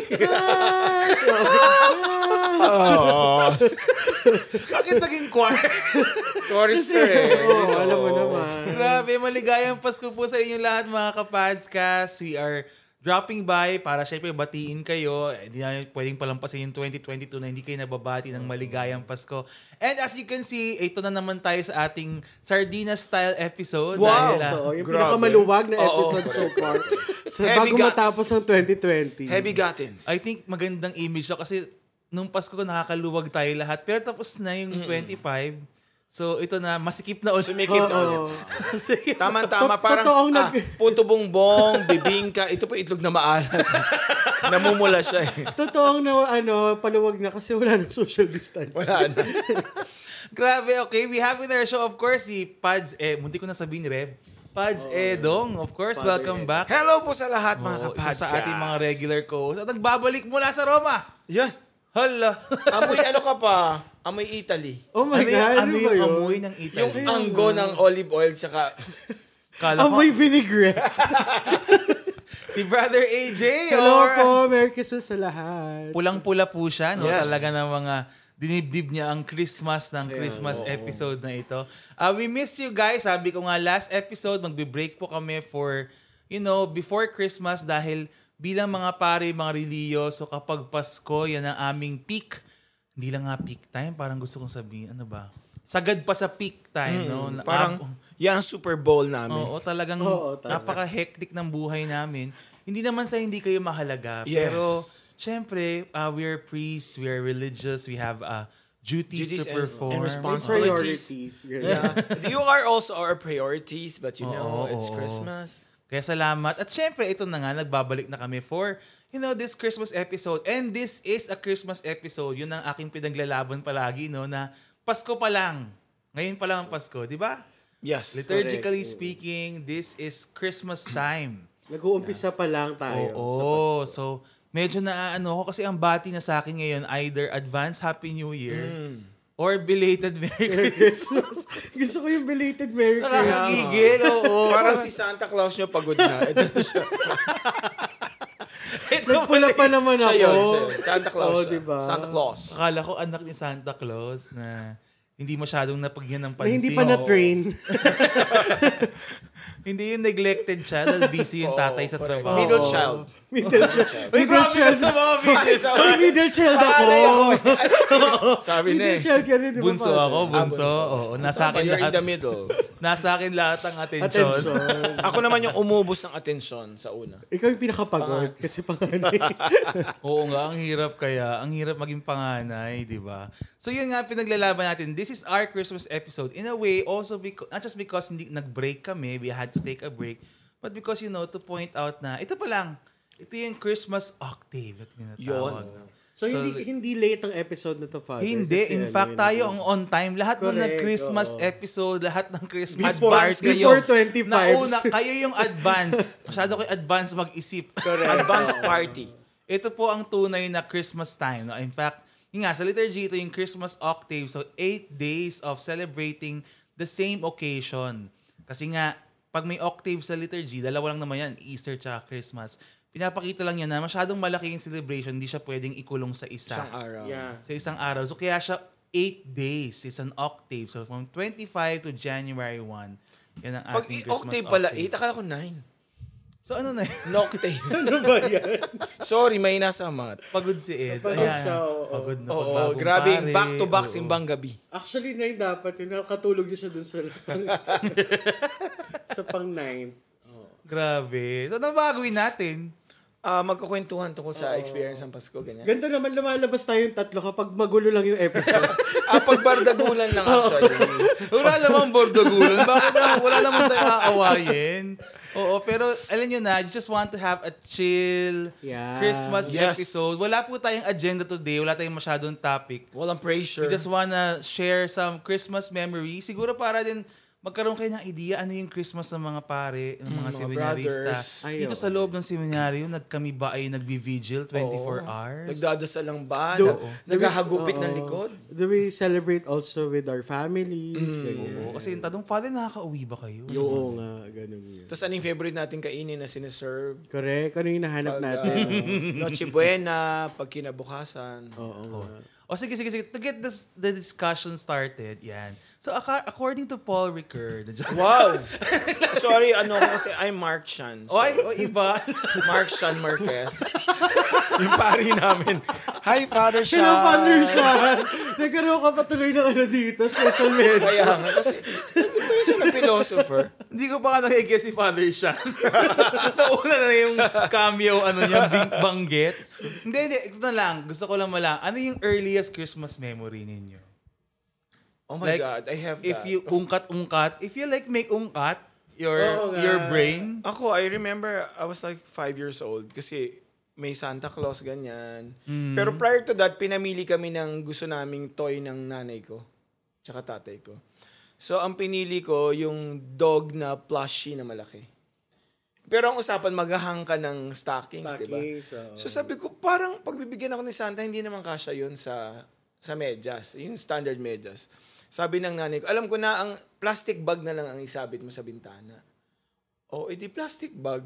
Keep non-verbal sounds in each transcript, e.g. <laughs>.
Yes! Oh, Oh, Bakit naging choir? oh, chorister eh. Oo, alam mo naman. Grabe, maligayang Pasko po sa inyong lahat mga kapadskas. We are dropping by para syempre batiin kayo. Hindi na pwedeng palampasin yung 2022 na hindi kayo nababati ng maligayang Pasko. And as you can see, ito na naman tayo sa ating Sardinas-style episode. Dahil, Wow! ah, So, yung Grabe. pinakamaluwag na Oo. episode so far. So, Heavy bago guts. matapos ang 2020. Heavy guttins. I think magandang image siya kasi nung Pasko ko nakakaluwag tayo lahat. Pero tapos na yung 25. So ito na, masikip na ulit. Sumikip na ulit. <laughs> Oo. Masikip. To- Tama-tama. Parang, totoong ah, nag- punto bongbong, bibingka. Ito po itlog na maalat. <laughs> Namumula siya eh. Totoong na, ano, paluwag na kasi wala nang social distance. Wala na. Grabe, okay. We have in our show, of course, si Pads, eh, munti ko na sabihin, Rev. Pads Oh, Edong, of course, Father welcome Ed. back. Hello po sa lahat E. mga Oo, isa kapads. sa ating mga regular co At nagbabalik mula sa Roma. Yan. Hala. <laughs> Amoy ano ka pa? Amoy Italy. Oh my ano, yung- God, ano ano, ba yung yun? amoy ng Italy? Yung anggo ng olive oil tsaka Kala ko, Amoy vinaigrette. si Brother AJ. Hello or- po, Merry Christmas sa lahat. Pulang-pula po siya, no? Yes. Talaga ng mga dinibdib niya ang Christmas ng Christmas episode na ito. Uh, we miss you guys. Sabi ko nga last episode, magbe-break po kami for, you know, before Christmas dahil bilang mga pare, mga reliyo, so kapag Pasko, yan ang aming peak. Hindi lang nga peak time, parang gusto kong sabihin, ano ba? Sagad pa sa peak time, no? Na- Hmm, parang yan ang Super Bowl namin. Oo, talagang Oo, talaga. napaka-hectic ng buhay namin. Hindi naman sa hindi kayo mahalaga. Yes. Pero, syempre, uh, we are priests, we are religious, we have uh, duties, Duties to and- perform. and responsibilities. <laughs> Priorities. ganyan. Yeah. you are also our priorities but you know, Oo, it's oo. Christmas. Kaya salamat. At syempre, ito na nga, nagbabalik na kami for, you know, this Christmas episode. And this is a Christmas episode. Yun ang aking pinaglalaban palagi, no, na Pasko pa lang. Ngayon pa lang ang Pasko, di ba? Yes. Mm. Liturgically speaking, this is Christmas time. Nag-uumpisa pa lang tayo. sa Pasko. Oo, so medyo naaano ako kasi ang bati na sa akin ngayon either advance happy new year or belated Hmm. Merry merry Christmas. Christmas. <laughs> Gusto ko yung belated <laughs> Merry Christmas. Nakakagigil, oo. Parang si Santa Claus nyo pagod na. Ito na siya. Nagpula pa naman Siya ako. yun, siya yun. Santa Claus Oo, siya. diba? Santa Claus. Akala ko anak ni Santa Claus na hindi masyadong napagyan ng Na pansin. hindi pa na-train. Hindi yung neglected siya dahil busy <laughs> yung tatay sa trabaho. Middle Oo. child. Middle child. Uy, grabe Middle ka child. sa mga middle Sa- Ay, middle child ako. Alay ako. <laughs> Sabi na Middle eh. child ka rin, di ba? Ah, Bunso father? ako, bunso. Oo, nasa But akin you're in lahat. the middle. Nasa akin lahat ang atensyon. Attention. oh. Ako naman yung umubos ng atensyon sa una. Ikaw yung pinakapagod kasi panganay. Oo nga, ang hirap kaya. Ang hirap maging panganay, di ba? So yun nga, pinaglalaban natin. This is our Christmas episode. In a way, also because, not just because hindi, nag-break kami, we had to take a break, but because, you know, to point out na, ito pa lang, ito yung Christmas octave. At tinatawag. Yun. <laughs> So, hindi hindi late ang episode na to, Father. Hindi, Kasi in ano fact, yun. tayo ang on time. Lahat ng Correct, nag-Christmas oo. episode, lahat ng Christmas Before- bars before kayo. 25. Nauna, kayo yung advance. Masyado kayo advance mag-isip. Advance party. Ito po ang tunay na Christmas time. No? In fact, yun nga, sa liturgy, ito yung Christmas octave. So, eight days of celebrating the same occasion. Kasi nga, pag may octave sa liturgy, dalawa lang naman yan, Easter tsaka Christmas. Pinapakita lang yan na masyadong malaki yung celebration, hindi siya pwedeng ikulong sa isa. Isang araw. Yeah. <laughs> Sa isang araw. So, kaya siya eight days. It's an octave. So, from 25 to January 1. Yan ang Pag ating Christmas octave pala, eh, 8, akala ko 9. So, ano na yun? Noctave. <laughs> Ano ba yan? Sorry, may nasa mat. Pagod si Ed. Pagod Ayan. siya, oo. Pagod na Oo, pagbagong grabe. pare. Back-to-back Oo. simbang gabi. Actually, nine dapat yun. Nakatulog niya siya dun sa <laughs> sa pang nine. Grabe. So, ano ba gagawin natin? Ah, magkukwentuhan tungkol sa experience ng Pasko, ganyan. Ganda naman lumalabas tayong tatlo kapag magulo lang yung episode. <laughs> Ah, pagbardagulan lang actually. Wala namang bordagulan. Bakit naman? Wala namang <laughs> tayo aawayin. Oo, pero alam nyo na, you just want to have a chill Yeah. Christmas Yes. episode. Wala po tayong agenda today. Wala tayong masyadong topic. Walang pressure. We just wanna share some Christmas memories. Siguro para din magkaroon kayo ng idea ano yung Christmas ng mga pare, ng mga Mm, mga seminarista. brothers. Ay, Dito oo. sa loob ng seminaryo, nagkami ba ay nagbi-vigil 24 Oo. hours? Nagdadasal lang ba? ano, Do- Nag- Naghahagupit ng Oo. likod? Do we celebrate also with our families? Mm. ganyan. Oo, kasi yung tanong, Father, nakaka-uwi ba kayo? Oo Mm-hmm. nga, ganun yun. Tapos anong favorite natin kainin na siniserve? Correct, ano yung nahanap Pag, <laughs> natin? ah, Noche Buena, pag kinabukasan. Oo nga. O sige, sige, sige. To get this, the discussion started, yan. So, aka- according to Paul Ricoeur, <laughs> Wow! <laughs> Sorry, ano ko kasi I'm Mark Chan. o So, ay, o iba. Mark Chan Marquez. <laughs> yung pari namin. Hi, Father Chan! Hello, Father Sean! <laughs> Nagkaroon ka pa tuloy ng ano dito, special mention. Kaya nga kasi, <laughs> hindi ba yun siya na philosopher? Hindi ko baka nakikiguess si Father Sean. <laughs> Nauna na yung cameo, ano niya, bing banggit. Hindi, hindi. Ito na lang. Gusto ko lang malang. Ano yung earliest Christmas memory ninyo? Oh my Like, God, I have that. If you ungkat-ungkat, if you like make ungkat, your Oo nga. your <laughs> brain. Ako, I remember I was like five years old kasi may Santa Claus, ganyan. Pero prior to that, pinamili kami ng gusto naming toy ng nanay ko. Tsaka tatay ko. So, ang pinili ko, yung dog na plushie na malaki. Pero ang usapan, maghahang ka ng stockings, di ba? Stockings, oo. So, sabi ko, parang pagbibigyan ako ni Santa, hindi naman kasya yun sa sa medyas. Yung standard medyas. Sabi ng nanay ko, alam ko na, ang plastic bag na lang ang isabit mo sa bintana. O, edi plastic bag.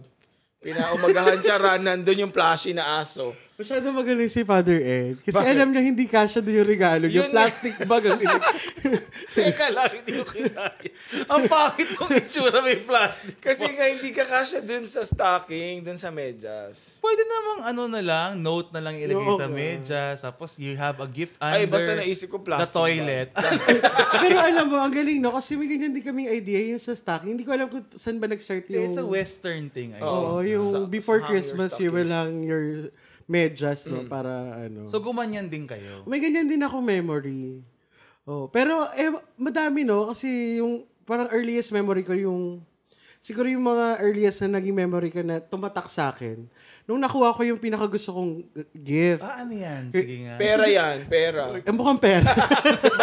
Pinaumagahan <laughs> siya, Ran, nandun yung plushie na aso. Masyado magaling si Father Ed. Kasi alam niya hindi kasha doon yung regalo. Yung Yun eh. plastic bag <laughs> ang ilig. Teka lang, hindi ko kinaya. Ang pangit ng itsura may plastic. Kasi nga, hindi ka kasya dun sa stocking, dun sa medyas. Pwede namang ano na lang, note na lang ilagay Oo sa nga. medyas. Tapos you have a gift under Ay, basta naisip ko plastic the toilet. Pero alam mo, ang galing no? Kasi may ganyan din kaming idea yung sa stocking. Hindi ko alam kung saan ba nag-start yung... It's a western thing. I Oo. think. Oo, yung Sa- before sa hang your Christmas, you will stockings. Mm. hang your medyas, no? Para ano. So gumanyan din kayo. May ganyan din ako memory. Oh, pero eh, madami no kasi yung parang earliest memory ko yung siguro yung mga earliest na naging memory ko na tumatak sa akin nung nakuha ko yung pinaka gusto kong gift. Ah, ano yan? Sige nga. Pera yan, pera. Ang mukhang pera. <laughs>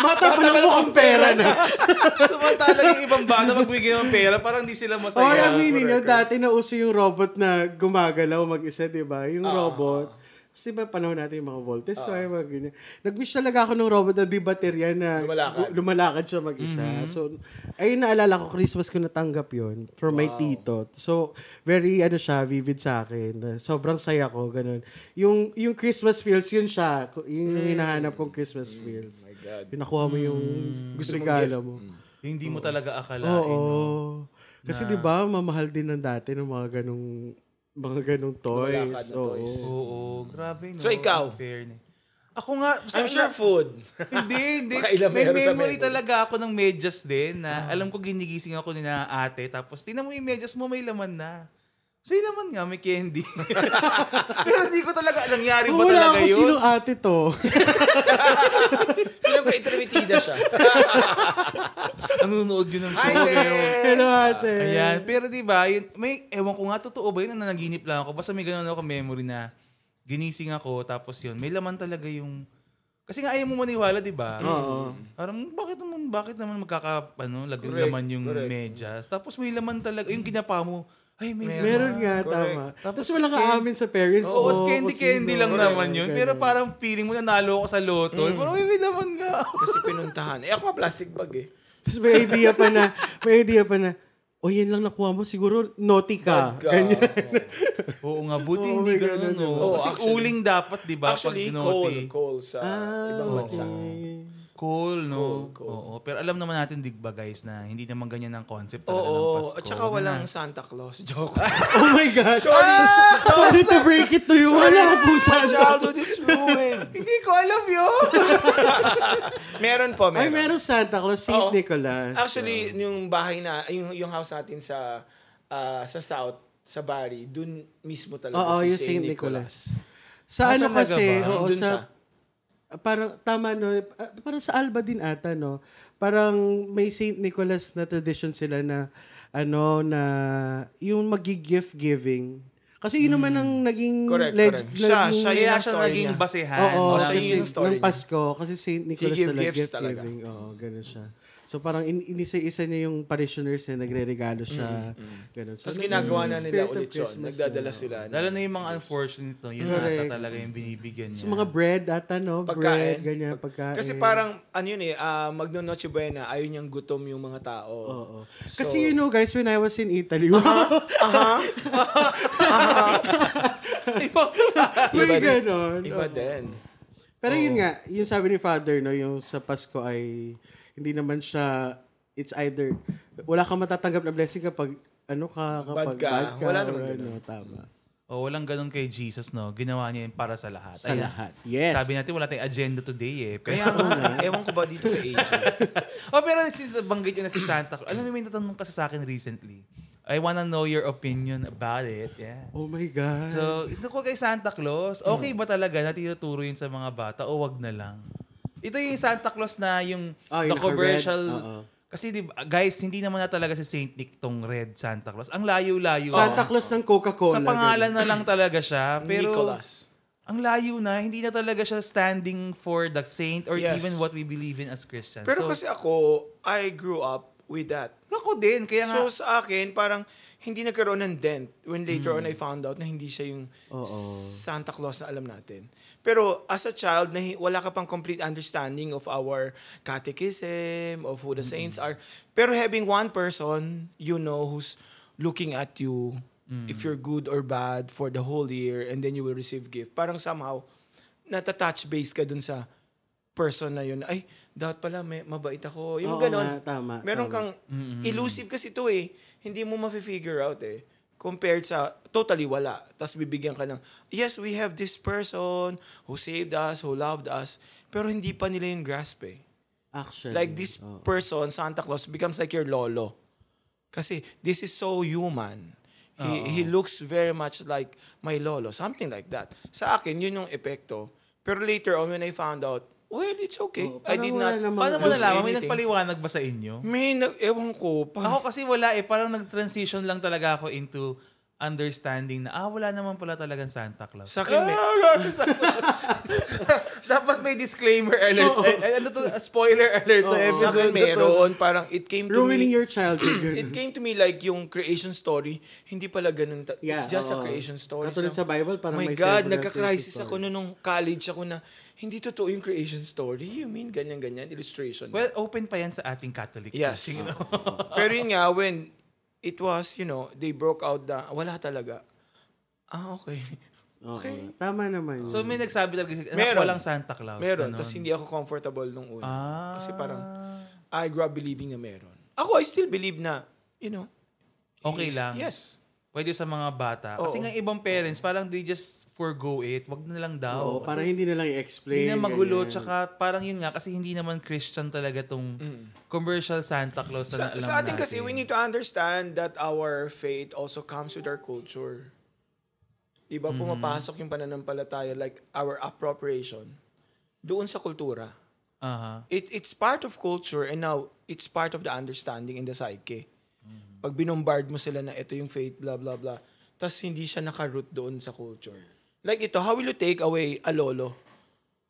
Mata pa lang mukhang pera na. <laughs> Samantala yung ibang bata magbigay ng pera, parang di sila O, oh, masaya. aminin nyo, dati nauso yung robot na gumagalaw mag-isa, di ba? Ah. Yung robot. Kasi ba panahon natin yung mga voltage wire, mga ganyan. Nag-wish talaga ako ng robot na di baterya na Lumalakad. gu- lumalakad siya mag-isa. So, ayun naalala ko, Christmas ko natanggap yon from my tito. So, very, ano siya, vivid sa akin. Sobrang saya ko, ganun. Yung, yung Christmas feels, yun siya. Yun yung hinahanap kong Christmas feels. Mm, My God. Yung nakuha mo yung Gusto mong regalo gift. Mm. mo. Hindi mo talaga akalain. Oo. no? Kasi 'di ba, mamahal din ng dati ng mga ganong mga ganong Lumalakad toys. na Oo. toys. Oo, grabe no. So, ikaw? Unfair ni- Ako nga, basta- I'm sure <laughs> food. hindi, hindi. Baka ilang May meron sa memory memory. Ah. talaga ako ng medyas din na alam ko ginigising ako ni na ate tapos tinan mo yung medyas mo may laman na. So yung laman nga may candy. <laughs> Pero hindi ko talaga nangyari Kung ba wala talaga ako yun? sinong ate to. Pilang ka intermitida siya. Nanonood yun ng Hi, show. Len! <laughs> Hello ate. Ayan. Pero di ba, yun, may, ewan ko nga, totoo ba yun, na nanaginip lang ako. Basta may ganun ako memory na ginising ako, tapos yun, may laman talaga yung... Kasi nga ayaw mo maniwala, di ba? Oo. Parang, bakit naman, bakit naman magkaka, ano, lagyan Correct, laman yung correct. medyas. Tapos may laman talaga, yung ginapa mo, ay, may laman. Meron nga, Correct. tama. Tapos Tapos wala ka candy- amin sa parents Oo, mo. oh, candy-candy kung sino. lang Correct. naman yun. Ganun. Mm. Pero parang feeling mo nanalo ako sa loto. Pero may, may laman <laughs> nga. Kasi pinuntahan. Eh, ako plastic bag eh. Tapos may idea pa na, may idea pa na, o yan lang nakuha mo, siguro naughty ka. Ka. Ganyan. Oo nga, buti Oo, hindi may ganun, ganun. di ba? no? Oo, Kasi actually- uling dapat, di Diba? ba? Actually, pag coal. naughty. Coal sa ibang Ah, bansa. okay. Cool, no? Cool, cool. Oo, pero alam naman natin, di ba guys, na hindi naman ganyan ang concept Oo, talaga ng Pasko. at saka walang Santa Claus. Joke. Oh my God. Sorry. Sorry to break it to you. <laughs> Wala po My sa childhood is <laughs> ruined. Hindi ko alam yun! <laughs> meron po, Ay, meron meron. Santa Claus, St. Oo. Nicholas. Actually, yung bahay na, yung, yung house natin sa ah, sa south, sa Bari, dun mismo talaga Oo, si yung St. St. Nicholas. Sa Ah, ano talaga kasi, ba? oo, Nandun siya. sa, parang tama no, ah, parang sa Alba din ata no, parang may St. Nicholas na tradition sila na ano na yung magi-gift giving. Kasi yun naman ang naging Hmm. Correct, leg- correct. Siya, naging- siya Kaya Ayun ang siya story naging niya. basehan. Oo, Oh, ng- siya yun yung story ng niya. Pasko. Kasi St. Nicholas He give talaga, gifts gift talaga. giving. Oo, ganun siya. So parang in- inisa-isa niya yung parishioners na nagre-regalo siya. Ganun. So, Mm, Tapos nag- ginagawa na nila Mm. spirit of ulit yun. Christmas Nagdadala na. sila. Lalo na yung mga unfortunate, no? Yun Correct. ata talaga yung binibigyan niya. So <laughs> mga bread ata, no? Bread, Pagkain. ganyan, pagkain. Kasi parang, ano yun eh, ah, magno Noche Buena, ayaw niyang gutom yung mga tao. Oo. So- Kasi you know guys, when I was in <laughs> Italy, wow, Iba may din. ganon. Iba Oo. din. Pero yun nga, yung sabi ni father, no, yung sa Pasko ay hindi naman siya, it's either, wala kang matatanggap na blessing kapag ano ka, kapag bad ka. ka. Wala or naman ano, tama. O walang ganun kay Jesus, no? Ginawa niya yun para sa lahat. Sa Ayun. lahat. Yes. Sabi natin, wala tayong agenda today eh. Pero, Kaya <laughs> nga, ewan ko ba dito kay Angel. <laughs> oh, pero since nabanggit yun na si Santa Claus, alam mo, may natanong ka sa akin recently. I wanna know your opinion about it. Yeah. Oh my God. So, ito ko kay Santa Claus, okay ba talaga na tinuturo yun sa mga bata o wag na lang? Ito yung Santa Claus na yung Ah, the yung commercial. naka-red. Oo. Kasi di ba, guys, hindi naman na talaga si Saint Nick tong red Santa Claus. Ang layo-layo. Ah. Santa Claus ng Coca-Cola. Sa pangalan na lang talaga <laughs> siya. Pero, Nicholas. ang layo na. Hindi na talaga siya standing for the saint or Yes. even what we believe in as Christians. Pero So, kasi ako, I grew up with that. ako din. Kaya nga, So sa akin, parang hindi nagkaroon ng dent when later Hmm. on I found out na hindi siya yung Santa Claus na alam natin. Pero as a child, na hi- wala ka pang complete understanding of our catechism, of who the saints are. Pero having one person, you know, who's looking at you, Mm. if you're good or bad for the whole year, and then you will receive gift. Parang somehow, natatouch base ka dun sa person na yun. Ay, dapat pala may, mabait ako. Yung Oo ganon. nga, tama, meron tama. kang elusive kasi to eh. Hindi mo ma-figure out eh. Compared sa totally wala. Tapos bibigyan ka ng, yes, we have this person who saved us, who loved us. Pero hindi pa nila yung grasp eh. Action. Like this person, Santa Claus, becomes like your lolo. Kasi this is so human. He, he looks very much like my lolo. Something like that. Sa akin, yun yung epekto. Pero later on, when I found out, well, it's okay. Oo, I parang did wala not... namang- paano mo lose nalaman? May anything. nagpaliwanag ba sa inyo? May nag... Ewan ko. Ako Parang, kasi wala eh. Parang nag-transition lang talaga ako into understanding na, ah, wala naman pala talagang Santa Claus. sa akin, may- Ah, wala naman Santa Claus. Dapat may disclaimer alert. Ay, Eh, ay, ano to? Spoiler alert to sa akin episode na to. meron. Parang it came to Ruining me... your childhood. It came to me like yung creation story. Hindi pala ganun. ta- Yeah, it's just a oo. creation story. Katulad sa So, Bible, parang my may God, several nagka-crisis creation ako story. noon nung college ako na hindi totoo yung creation story. You mean ganyan-ganyan, illustration. Well, open pa yan sa ating Catholic Yes. teaching. no? <laughs> Pero yun nga, when it was, you know, they broke out the, wala talaga. Ah, okay. Oo. Tama naman. So may nagsabi talaga, anak, Meron. walang Santa Claus. Meron. Ganon. Tapos hindi ako comfortable nung una. Ah. Kasi parang, I grew up believing na meron. Ako, I still believe na, you know, Okay he's- lang. Yes. Pwede sa mga bata. Kasi Oo. nga ibang parents, parang they just forgo it. Wag na lang Oo, daw. parang hindi na lang i-explain. Hindi na magulo. ganyan. Tsaka parang yun nga, kasi hindi naman Christian talaga tong commercial Santa Claus. Mm. Sa, na- sa lang atin kasi, natin. we need to understand that our faith also comes with our culture. Diba, Mm-hmm. pumapasok yung pananampalataya, like our appropriation, doon sa kultura. Aha. it it's part of culture and now it's part of the understanding in the psyche. Pag binombard mo sila na ito yung faith, blah, blah, blah, tas hindi siya nakaroot doon sa culture. Like ito, how will you take away a lolo,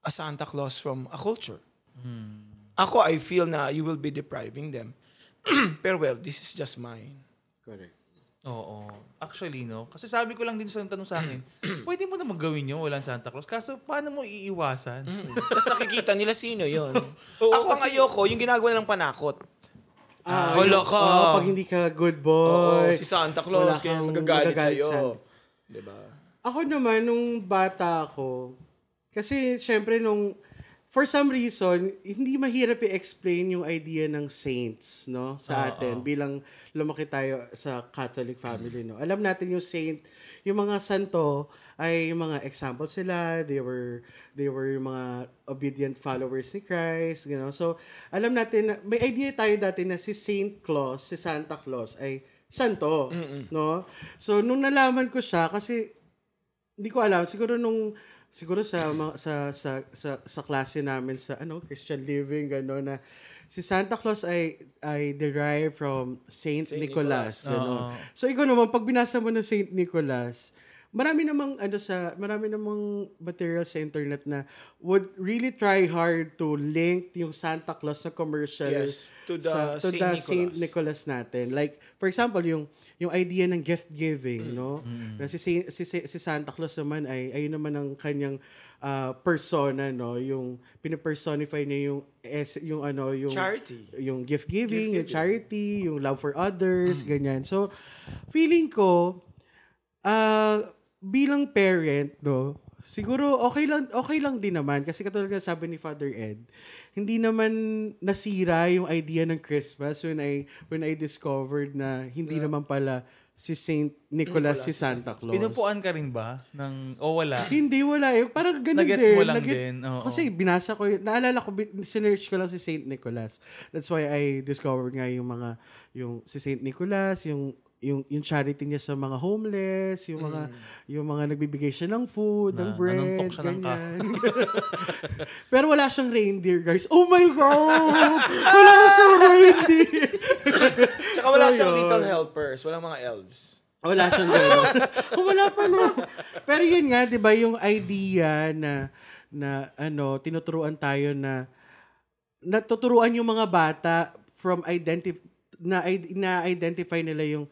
a Santa Claus from a culture? Ako, I feel na you will be depriving them. <clears throat> Pero well, this is just mine. Correct. Oo. Actually, no. Kasi sabi ko lang din sa tanong sa akin, <clears throat> pwede mo na maggawin yun, walang Santa Claus. Kaso, paano mo iiwasan? Mm. Tapos nakikita nila sino yon. Oo, Ako ang ayoko, yung ginagawa nilang panakot. Ah, yun. Hala ka. Oo, pag hindi ka good boy. Oo, si Santa wala Claus, kaya kang magagalit magagalit sa'yo. sa'yo. Diba? Ako naman, nung bata ako, kasi syempre nung, for some reason, hindi mahirap i-explain yung idea ng saints, no? Sa atin, bilang lumaki tayo sa Catholic family, no? Alam natin yung saint, yung mga santo, ay yung mga example sila, they were, they were yung mga obedient followers ni Christ, you know? So, alam natin, na, may idea tayo dati na si Saint Claus, si Santa Claus, ay santo, no? So, nung nalaman ko siya, kasi hindi ko alam siguro nung siguro sa mga- sa sa sa, sa klase namin sa ano Christian living gano'n na si Santa Claus ay ay derived from Saint, Nicholas, Nicholas. gano'n. Oo. So ikaw naman pag binasa mo na Saint Nicholas, marami namang ano sa marami namang material sa internet na would really try hard to link yung Santa Claus na commercial Yes, to to the Saint the Nicholas. Saint Nicholas natin. Like for example yung yung idea ng gift giving, no? Na si, Saint- si si si Santa Claus naman ay ayun naman ang kanyang ah, persona, no? Yung pinapersonify niya yung es- yung ano yung Charity. yung gift giving, Mm. yung Gift-giving. charity, yung love for others, ganyan. So, feeling ko, ah, bilang parent, no, siguro okay lang, okay lang din naman. Kasi katulad ng sabi ni Father Ed, hindi naman nasira yung idea ng Christmas when I, when I discovered na hindi naman pala si Saint Nicholas, si Santa Claus. Pinupuan ka rin ba? Ng, o <clears throat> wala? Hindi, wala eh. Parang ganun Nagets din. mo lang Nage- din, oo. Kasi binasa ko, yun. naalala ko, bin- sinerch ko lang si Saint Nicholas. That's why I discovered nga yung mga, yung si Saint Nicholas, yung yung yung charity niya sa mga homeless, yung mga yung mga nagbibigay siya ng food, Mm. ng Na- bread, nanuntok siya ng ka- ganyan. <laughs> Pero wala siyang reindeer, guys. Oh my God! <laughs> wala siyang reindeer! Tsaka wala So, siyang yun. little helpers. Walang mga elves. Oh, Wala siyang <laughs> gano'n. Oh, Wala pala. Pero yun nga, di ba, yung idea na, na ano, tinuturuan tayo na natuturuan yung mga bata from identif na, id- na identify nila yung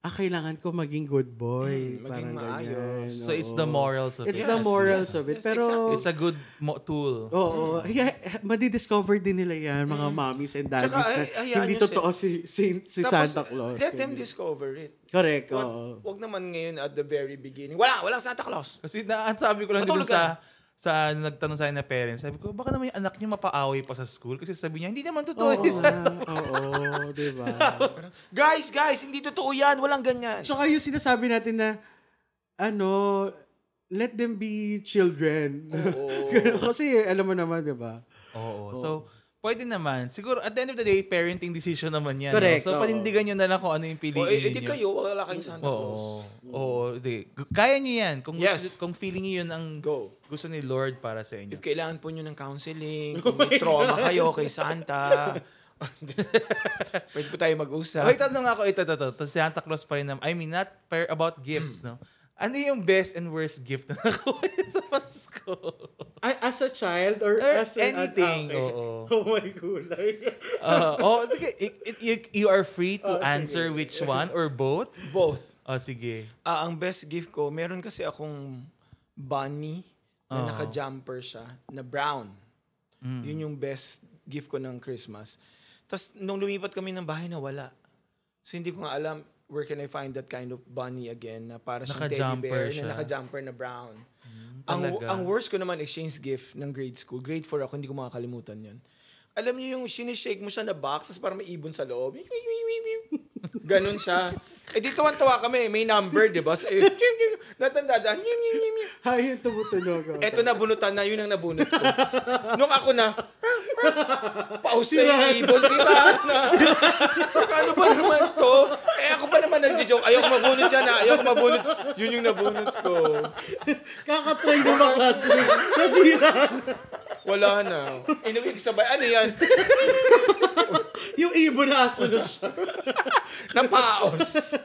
ah, kailangan ko maging good boy. Mm, maging parang maayos. ganyan. So it's Oo. the morals of It's it. the Yes, morals yes, of Oh. it. yes, Pero, exactly. It's a good mo- tool. Oo. Yeah, madidiscover din nila yan, mga mommies and daddies Mm-hmm. Tsaka, na ay- hayaan hindi nyo si- totoo si, si, si Tapos, Santa Claus. eh. Let them discover it. Correct. Wag, oo. wag naman ngayon at the very beginning. Wala, walang Santa Claus. Kasi na, ang sabi ko lang dito Matulog ka sa sa nung nagtanong sa akin na parents, sabi ko, baka naman yung anak niyo mapaaway pa sa school kasi sabi niya, hindi naman totoo. Oo, eh. <laughs> nga. <laughs> oo, di ba? Guys, guys, hindi totoo yan. Walang ganyan. <laughs> Tsaka yung sinasabi natin na, ano, let them be children. <laughs> Oo. Kasi alam mo naman, di ba? Oo. So, pwede naman. Siguro, at the end of the day, parenting decision naman yan. no? Correct, So, oo. Oh, panindigan nyo na lang kung ano yung O, piliin eh, eh, di ninyo. kayo, wala kayong Santa Claus. Oo. Oo. di. Kaya nyo yan. Kung, Yes. gusto, kung feeling nyo yun ang Go. gusto ni Lord para sa inyo. If kailangan po nyo ng counseling, kung <laughs> may trauma kayo kay Santa, <laughs> pwede po tayo mag-usap. ah. Okay, tanong ako ito, ito, ito. To si Santa Claus pa rin naman. I mean, not fair about gifts, no? Ano yung best and worst gift na <laughs> nakuha niyo sa Pasko? Ay, As a child or, Or as an anything, adult, eh. oo. <laughs> Oh my gulay. Uh, oh, sige. I- i- you, you are free to Oh, sige. answer which one or both. Both. Oh, sige. Ah, ang best gift ko, meron kasi akong bunny Oo. na Mm. naka-jumper siya, na brown. Yun yung best gift ko ng Christmas. Tapos, nung lumipat kami ng bahay, nawala. So, hindi ko nga alam where can I find that kind of bunny again na para siyang teddy Naka-jumper bear siya. na naka-jumper na brown. ang, talaga. ang worst ko naman, exchange gift ng grade school. Grade 4 ako, hindi ko makakalimutan yun. Alam niyo yung sinishake mo siya na box, tapos parang may ibon sa loob. <laughs> Ganon siya. Eh di tuwan-tuwa kami, may number, di ba? So, eh, <laughs> natandaan. <laughs> Ay, yung tumutunog. oh. Eto na bunutan na, yun ang nabunot ko. Nung ako na, <laughs> paus na Sira na. yung ibon, sira na. Saka ano ba naman to? Eh ako pa naman nagjo-joke, ayoko mabunot yan ha, ayoko mabunot. Yun yung nabunot ko. Kakatry mo ba <laughs> kasi? Nasira. Wala na. Inuwi ko sabay, ano yan? Yung ibon na aso na siya. <laughs> Napaos.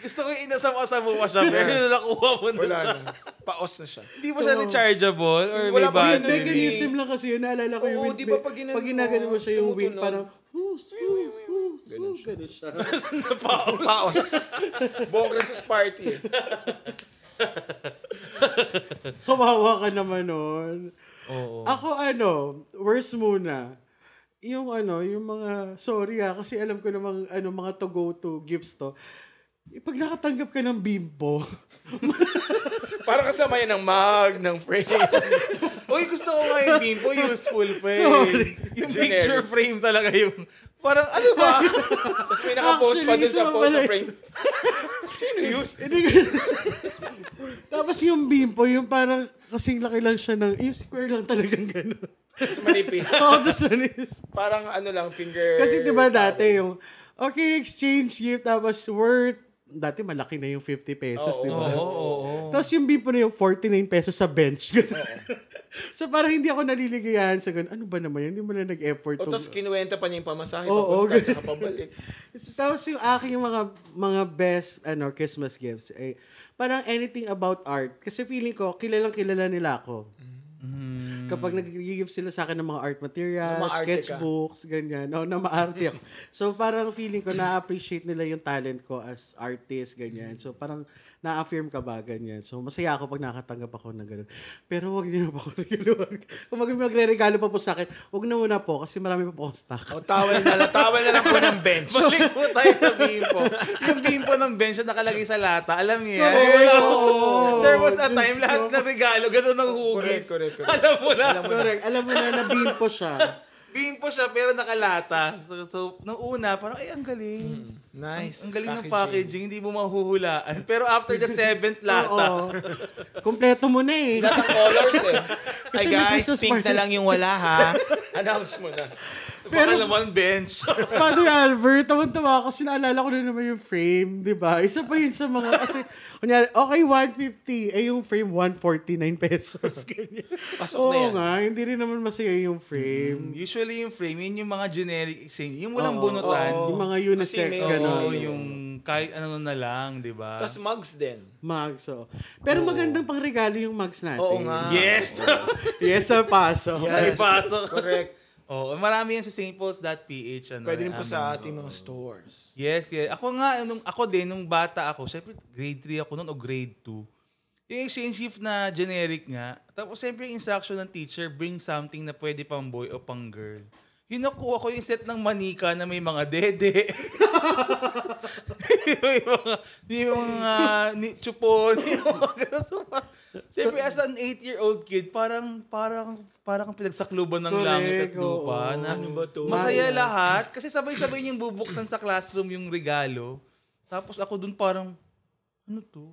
Gusto ko yung inasama-asama mo pa siya. Pero Yes. nakuha mo na Wala siya. na. Paos na siya. Hindi mo siya rechargeable or may Wala pa yun, Yung battery. Megan. mechanism lang kasi yun. Naalala ko yung Oo, wind. di ba may- pag ginano pag mo, ginagano mo siya yung wind, tumutunog. parang, who's, who's, who's, who's, ganun siya. Paos. Buong Christmas party. eh. Kawawa ka naman nun. Oo. Ako ano, worst muna. Yung ano, yung mga, sorry ah, kasi alam ko namang, ano, mga to go to gifts to. Eh, Pag nakatanggap ka ng bimpo, <laughs> Para kasama yan ng mug, ng frame. Uy, gusto ko nga yung bimpo, useful pa eh. Sorry. Yung Generic. picture frame talaga yung... Parang ano ba? Tapos may nakapost pa Actually, dun sa isa post sa pala eh. frame. Sino yun? tapos yung bimpo, yung parang kasing laki lang siya ng, yung square lang talagang gano'n. <laughs> Tapos manipis. Oo, tapos ano is- diba Parang ano lang, finger... Kasi di ba dati yung, okay, exchange gift, tapos worth dati malaki na yung 50 pesos, Oo. di ba? Oo, oo, oo. Tapos yung bimpo na yung 49 pesos sa bench. <laughs> so parang hindi ako naliligayahan sa ganun. Ano ba naman yan? Hindi mo na nag-effort. O tong- tapos kinuwenta pa niya yung pamasahe, Oo, papunta, tsaka pabalik. Tapos yung aking mga mga best ano Christmas gifts eh parang anything about art kasi feeling ko kilalang kilala nila ako. Kapag nag-give sila sa akin ng mga art materials, Namaarte ka. sketchbooks, ganyan. No, na maarte <laughs> ako. so parang feeling ko na-appreciate nila yung talent ko as artist, ganyan. So parang na-affirm ka ba, ganyan. So masaya ako pag nakatanggap ako ng ganun. Pero wag niyo na po ako <laughs> naguluhan. Kung mag- magre-regalo pa po sa akin, wag na muna po kasi marami pa po akong stock. O tawel na lang, tawel na lang po ng bench. Balik po tayo sa bimpo. Yung bimpo ng bench na nakalagay sa lata, alam niyo yan? Oo, <laughs> Wala po. oo. There was a Diyos time lahat ko. na regalo, ganun ang hugis. Correct, correct, correct. Alam mo na. Correct. Alam mo na, nabim po siya. Bimpo siya pero nakalata. So, so nung una, parang, ay, ang galing. Nice. Ang galing ng packaging, hindi mo mahuhulaan. Pero after the seventh Oo. lata, Kompleto mo na eh. Lahat ng colors eh. Ay Kasi may guys, Christmas pink party. na lang yung wala ha. Announce mo na. baka naman <laughs> bench. Father Albert, tawan-tawa ako. Sinaalala ko na naman yung frame, di ba? Isa pa yun sa mga, kasi, kunyari, okay, 150. Eh, yung frame, 149 pesos. <laughs> Ganyan. Pasok na Oo yan. nga, hindi rin naman masaya yung frame. Usually yung frame, yun yung mga generic exchange. Yung walang Oo. bunutan. Oo. Yung mga unisex, Mm-hmm. Kasi may- Oo, gano'n. yung kahit ano na lang, di ba? Tapos mugs din. Mugs, oo. Pero magandang pangregalo yung mugs natin. Oo nga. Yes! <laughs> Yes, sa paso. Yes. Naipasok. Correct. Oo, marami yan sa stpauls.ph. Ano, Pwede rin po amin. sa ating mga stores. Yes, yes. Ako nga, nung, ako din, nung bata ako, syempre grade 3 ako noon o grade 2. Yung exchange shift na generic nga, tapos syempre yung instruction ng teacher, bring something na pwede pang boy o pang girl. Yun nakuha ko yung set ng manika na may mga dede. <laughs> may mga, may mga ni, chupon. Yung mga ganun. So, pa- Siyempre, as an 8-year-old kid, parang, parang, parang kang pinagsakluban ng Correct, langit at lupa. oo. Na, Ano ba to? Masaya Wow. lahat. Kasi sabay-sabay niyang bubuksan sa classroom yung regalo. Tapos ako dun parang, ano to?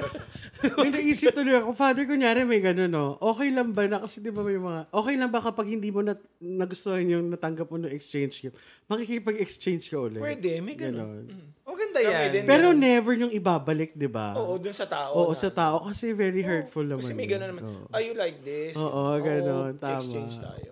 <laughs> May naisip tuloy ako, Father, kunyari may gano'n, no? Okay lang ba na, kasi di ba may mga, okay lang ba kapag hindi mo na, nagustuhan yung natanggap mo ng exchange gift, makikipag-exchange ka ulit? Pwede, may ganun. Mm. Ganon. Oh, ganda Kami yan. din. Pero never yung ibabalik, di ba? Oo, dun sa tao. Oo, na. sa tao, kasi very hurtful naman. Kasi may yun. ganun naman. Oo. Are you like this? Oo, ganun, tama. Exchange tayo.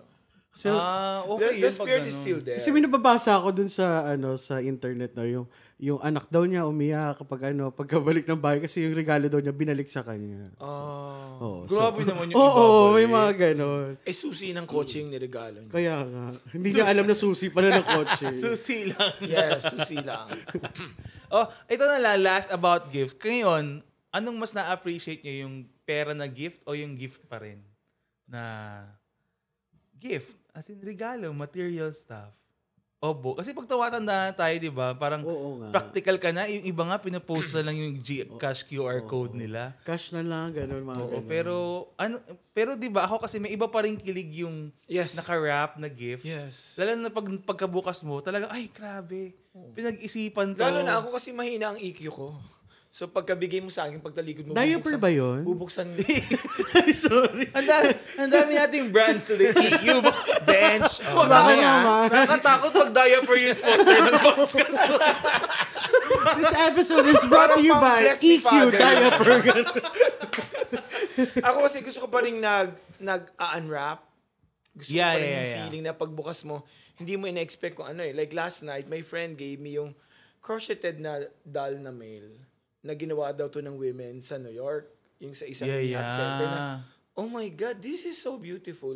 Kasi, Ah, okay the, the yun pag spirit is ganun. still there. kasi may nababasa ako dun sa, ano, sa internet, no? Yung, yung anak daw niya umiyak kapag ano, pagkabalik ng bahay kasi yung regalo daw niya binalik sa kanya. Ah. Oo, so- Grabe naman yung Oo, ibabalik. may mga ganon. eh, susi ng coaching ni regalo <laughs> niya. Kaya nga. Hindi niya alam na susi pala ng <laughs> kotse. Susi lang. Yes, susi <laughs> lang. Oh, ito na lang, last about gifts. Ngayon, anong mas na-appreciate niyo yung pera na gift o yung gift pa rin? Na gift. As in, regalo, material stuff. Obo. Kasi pag tawatandaan tayo, di ba? Parang Oo nga. practical ka na. Yung iba nga, pinapost na lang yung Gcash QR code nila. Cash na lang, ganun mga Oo, ganun. pero ano pero 'di ba ako kasi may iba pa rin kilig yung Yes. naka-wrap na gift. Yes. Lalo na pag pagkabukas mo, talaga ay grabe. Pinag-isipan to. Lalo na ako kasi mahina ang EQ ko. So pagkabigay mo sa akin, pagtalikod mo, Diaper ba <laughs> yun? Bubuksan Ay, sorry. Ang dami, ang dami nating brands E today. EQ <laughs> ba? bench. <laughs> Oh, Baka mamaya. naman. Nakakatakot pag diaper yung sponsor ng podcast. This episode is brought to you by Parang pang bless me, EQ Father. <laughs> Diaper. Ako kasi gusto ko pa rin nag, nag-unwrap. Gusto Yeah, ko pa rin yeah, yung yeah, yeah. feeling na pagbukas mo, hindi mo ina-expect kung ano eh. Like last night, my friend gave me yung crocheted na doll na mail na ginawa daw to ng women sa New York. Yung sa isang Yeah, rehab yeah. center na, oh my God, this is so beautiful.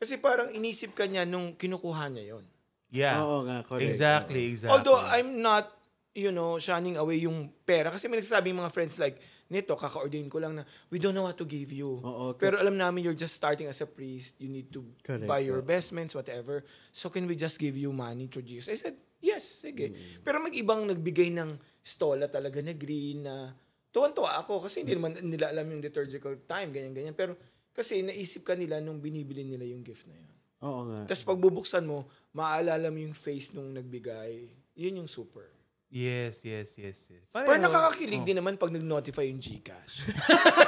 Kasi parang inisip ka niya nung kinukuha niya yon. Yeah. Oo nga, correct. Exactly, exactly. Although I'm not, you know, shunning away yung pera. Kasi may nagsasabi yung mga friends like, nito, kaka-ordain ko lang na, we don't know what to give you. Oo, okay. Pero alam namin you're just starting as a priest. You need to Correct, buy oo. your investments, whatever. So can we just give you money through Jesus? I said, yes, sige. Mm. Pero mag-ibang nagbigay ng stola talaga na green na tuwan-tuwa ako kasi hindi naman nila alam yung liturgical time, ganyan-ganyan. Pero kasi naisip ka nila nung binibili nila yung gift na yun. Oo nga. Tapos pagbubuksan mo, maaalala mo yung face nung nagbigay. Yun yung super. Yes, yes, yes. yes. Pero Pareho. nakakakilig Oh. din naman pag nag-notify yung Gcash.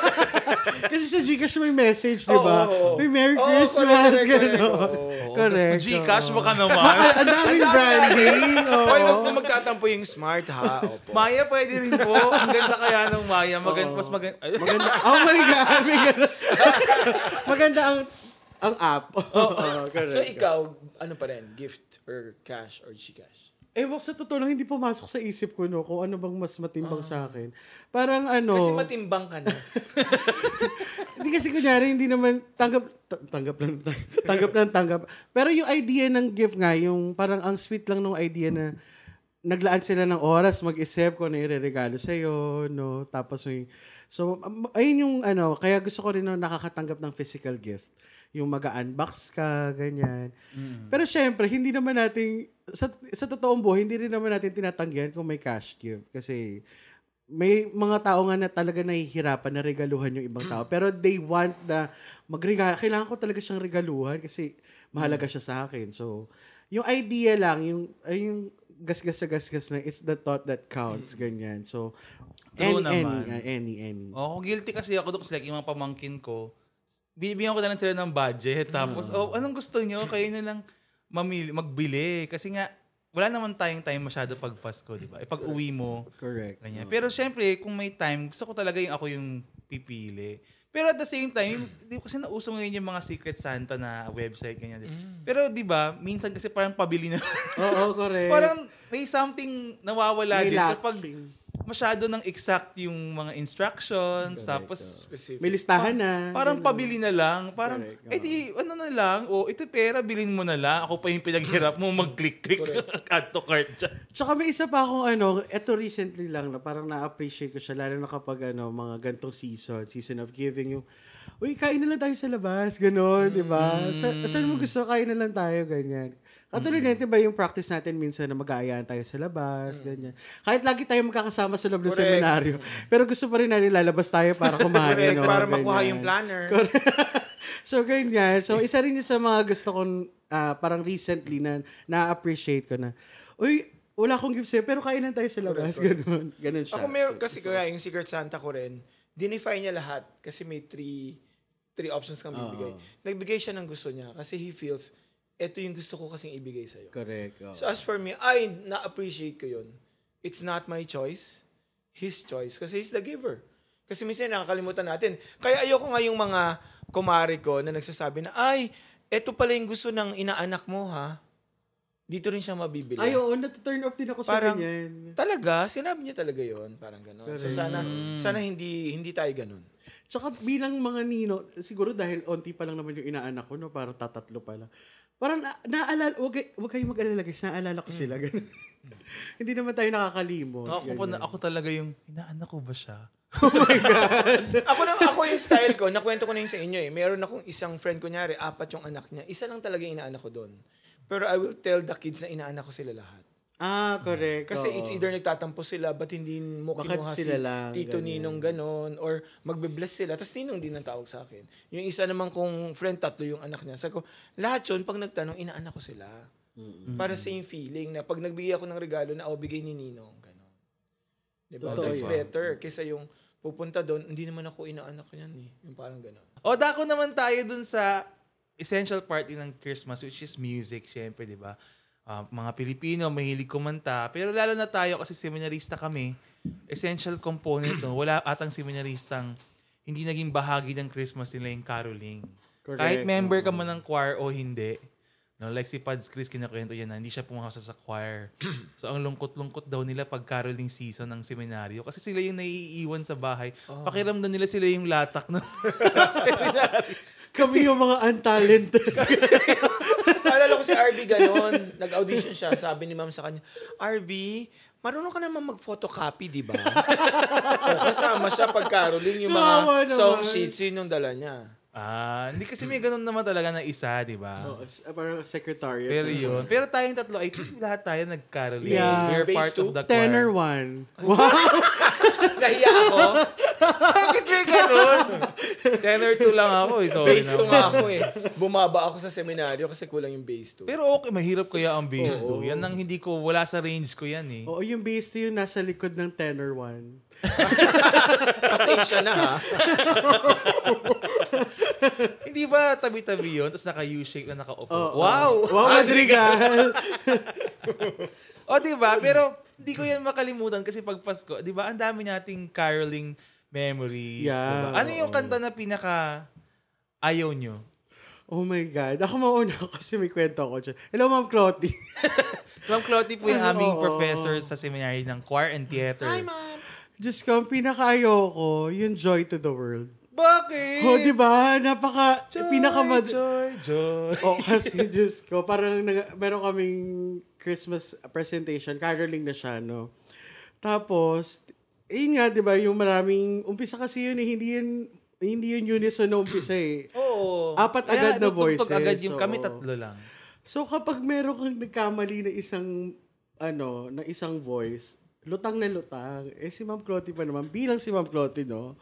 <laughs> Kasi sa Gcash may message, di Oo, ba? oo, oo. May Merry Oo, Christmas, correct, correct, gano'n. correct, oo, Oo. Correct. Gcash, oo. baka <laughs> naman. Ang daming branding. oo. Hoy, wag po magtatampo yung smart ha. Opo. Maya, pwede rin po. Ang ganda kaya ng Maya. Maganda, mas maganda. <laughs> Maganda. Oh my God. May ganun. <laughs> Maganda ang ang app. <laughs> Oo, correct. so ikaw, ano pa rin? Gift or cash or Gcash? Ewan ko, sa totoo lang, hindi pumasok sa isip ko, no, kung ano bang mas matimbang sa akin. Parang ano, Kasi matimbang ka <laughs> na. hindi kasi kunyari, hindi naman, tanggap, ta- tanggap lang, <laughs> tanggap lang, tanggap. Pero yung idea ng gift nga, yung parang ang sweet lang nung idea na naglaan sila ng oras mag-isip kung ano yung regalo sa'yo, no, tapos yung, so, um, ayun yung ano, kaya gusto ko rin no, nakakatanggap ng physical gift. Yung mag-unbox ka, ganyan. Pero syempre, hindi naman natin, sa, sa totoong buhay, hindi rin naman natin tinatanggihan kung may cash gift. Kasi, may mga tao nga na talaga nahihirapan na regaluhan yung ibang tao. Pero they want na magregalo. Kailangan ko talaga siyang regaluhan kasi mahalaga siya sa akin. So, yung idea lang, yung, ay, yung gasgas sa gasgas na it's the thought that counts, ganyan. So, Mm. any, True any, naman. uh, any, any. Oh, kung guilty kasi ako doon. Kasi like, yung mga pamangkin ko, bibigyan ko na lang sila ng budget. Mm. Tapos, oh, anong gusto nyo? Kayo na lang mamili, magbili. Kasi nga, wala naman tayong time masyado pag Pasko, di ba? E pag uwi mo, Correct. ganyan. Pero syempre, kung may time, gusto ko talaga yung ako yung pipili. Pero at the same time, di, kasi nauso ngayon yung mga Secret Santa na website, ganyan. di ba? Mm. Pero di ba, minsan kasi parang pabili na. Oo, correct. parang may something nawawala Eh, din May kapag lacking. masyado ng exact yung mga instructions, tapos Specific. May listahan na. parang ganun. pabili na lang. Parang, Mm. Correct, eh di, ano na lang, o ito pera, bilhin mo na lang. Ako pa yung pinaghirap <laughs> mo, mag-click-click, <laughs> add to cart dyan. Tsaka may isa pa akong ano, eto recently lang na parang na-appreciate ko siya lalo na kapag ano, mga gantong season, season of giving yung Uy, kain na lang tayo sa labas, gano'n, di ba? Sa, saan mo gusto, kain na lang tayo, ganyan. Katulad yan, di ba yung practice natin minsan na mag-aayaan tayo sa labas, ganyan. Kahit lagi tayo magkakasama sa loob ng Correct. seminaryo, pero gusto pa rin natin lalabas tayo para kumain. Correct, no? para makuha Ganyan. yung planner. Correct. so, ganyan. So, isa rin yun sa mga gusto kong ah, parang recently na na-appreciate ko na, uy, wala akong gift sa'yo, pero kainan tayo sa labas. Ganun. Ganun siya. Ako So, meron kasi kaya yung Secret Santa ko rin, dinify niya lahat kasi may three three options kang bibigay. Nagbigay siya ng gusto niya kasi he feels, eto yung gusto ko kasing ibigay sa'yo. Correct. oo. So as for me, I na-appreciate ko yun. It's not my choice. His choice. Kasi he's the giver. Kasi minsan nakakalimutan natin. Kaya ayoko nga yung mga kumari ko na nagsasabi na, ay, eto pala yung gusto ng inaanak mo, ha? Dito rin siya mabibili. Ay, oo, nata-turn off din ako sa Parang- ganyan. Talaga, sinabi niya talaga yon Parang ganun. So Correct. sana, sana hindi hindi tayo ganun. Tsaka bilang mga nino, siguro dahil onti pa lang naman yung inaanak ko, no? parang tatatlo pa lang. Parang na, naaalala, wag, kay- wag kayong mag-alala guys, naaalala ko Mm. sila. Ganun. <laughs> Hindi naman tayo nakakalimot. Ako, ganyan. po, na- ako talaga yung, inaanak ko ba siya? ako na ako yung style ko, nakwento ko na yun sa inyo eh. Meron akong isang friend kunyari, apat yung anak niya. Isa lang talaga yung inaanak ko doon. Pero I will tell the kids na inaanak ko sila lahat. Ah, correct. Kasi oo. it's either nagtatampo sila, ba't hindi mo Bakit sila kinuha sila lang, si Tito ganyan. Ninong ganon, or magbe-bless sila. Tapos Ninong din ang tawag sa akin. Yung isa naman kong friend, tatlo yung anak niya. Sabi ko, lahat yun, pag nagtanong, inaanak ko sila. Para sa yung feeling na pag nagbigay ako ng regalo na, oh, bigay ni Ninong, ganon. Diba? Totoo That's yun. better kaysa yung pupunta doon, hindi naman ako inaanak ko yan eh. Yung parang ganon. O dako naman tayo dun sa essential party ng Christmas which is music, syempre, di ba? Ah, mga Pilipino, mahilig kumanta. Pero lalo na tayo kasi seminarista kami, essential component, no? wala atang seminaristang hindi naging bahagi ng Christmas nila yung caroling. Correct. Kahit member ka man ng choir o hindi, no, like si Pads Chris, kinakwento yan na hindi siya pumasa sa choir. so ang lungkot-lungkot daw nila pag caroling season ng seminaryo kasi sila yung naiiwan sa bahay. Pakiramdam nila sila yung latak ng Kami yung mga <laughs> untalented. Alala ko si RB ganon. Nag-audition siya. Sabi ni ma'am sa kanya, RB, marunong ka naman mag-photocopy, di ba? O, <laughs> Kasama siya pag Caroling yung mga Kawawa naman. song sheets. Yun yung dala niya. Ah, hindi kasi may ganun naman talaga na isa, di ba? Oo, s- ah, parang secretariat. Pero yun. Pero tayong tatlo, I think lahat tayo nag-correlate. Yeah. We're Space part of two? the choir. Tenor one. Wow! Nahiya ako. Bakit may ganun? <laughs> Tenor 2 lang ako eh. Sorry Base 2 naman. nga ako eh. Bumaba ako sa seminaryo kasi kulang yung base 2. Pero okay, mahirap kaya ang bass 2. Yan ang hindi ko, wala sa range ko yan eh. Oo, yung bass to yung nasa likod ng tenor one. Pasensya na ha. Hindi ba tabi-tabi yun? Tapos naka-U-shape na nakaupo. Oo. wow! Ah, Wow, Madrigal! O, di ba? Pero hindi ko yan makalimutan kasi pag Pasko, di ba? Ang dami nating caroling memories. Yeah. di ba? Ano yung kanta na pinaka ayaw nyo? <laughs> oh my God. Ako mauna kasi may kwento ako dyan. Hello, Ma'am Clotty. <laughs> Ma'am Clotty po yung aming Oo. professor sa seminary ng choir and theater. Diyos ko, ang pinakaayoko, yung Joy to the World. Bakit? Oh, di ba? Napaka, Eh. Joy, pinaka joy, joy. <laughs> oh, kasi Diyos ko, parang nag, meron kaming Christmas presentation, caroling na siya, no? Tapos, eh yun nga, di ba, yung maraming, umpisa kasi yun, eh, hindi yun, hindi yun unison na umpisa eh. Oo. Apat Kaya agad na nagtugtog voices, agad yung kami oo. tatlo lang. So kapag meron kang nagkamali na isang ano, na isang voice, lutang na lutang. Eh si Ma'am Clotty pa naman, bilang si Ma'am Clotty, no?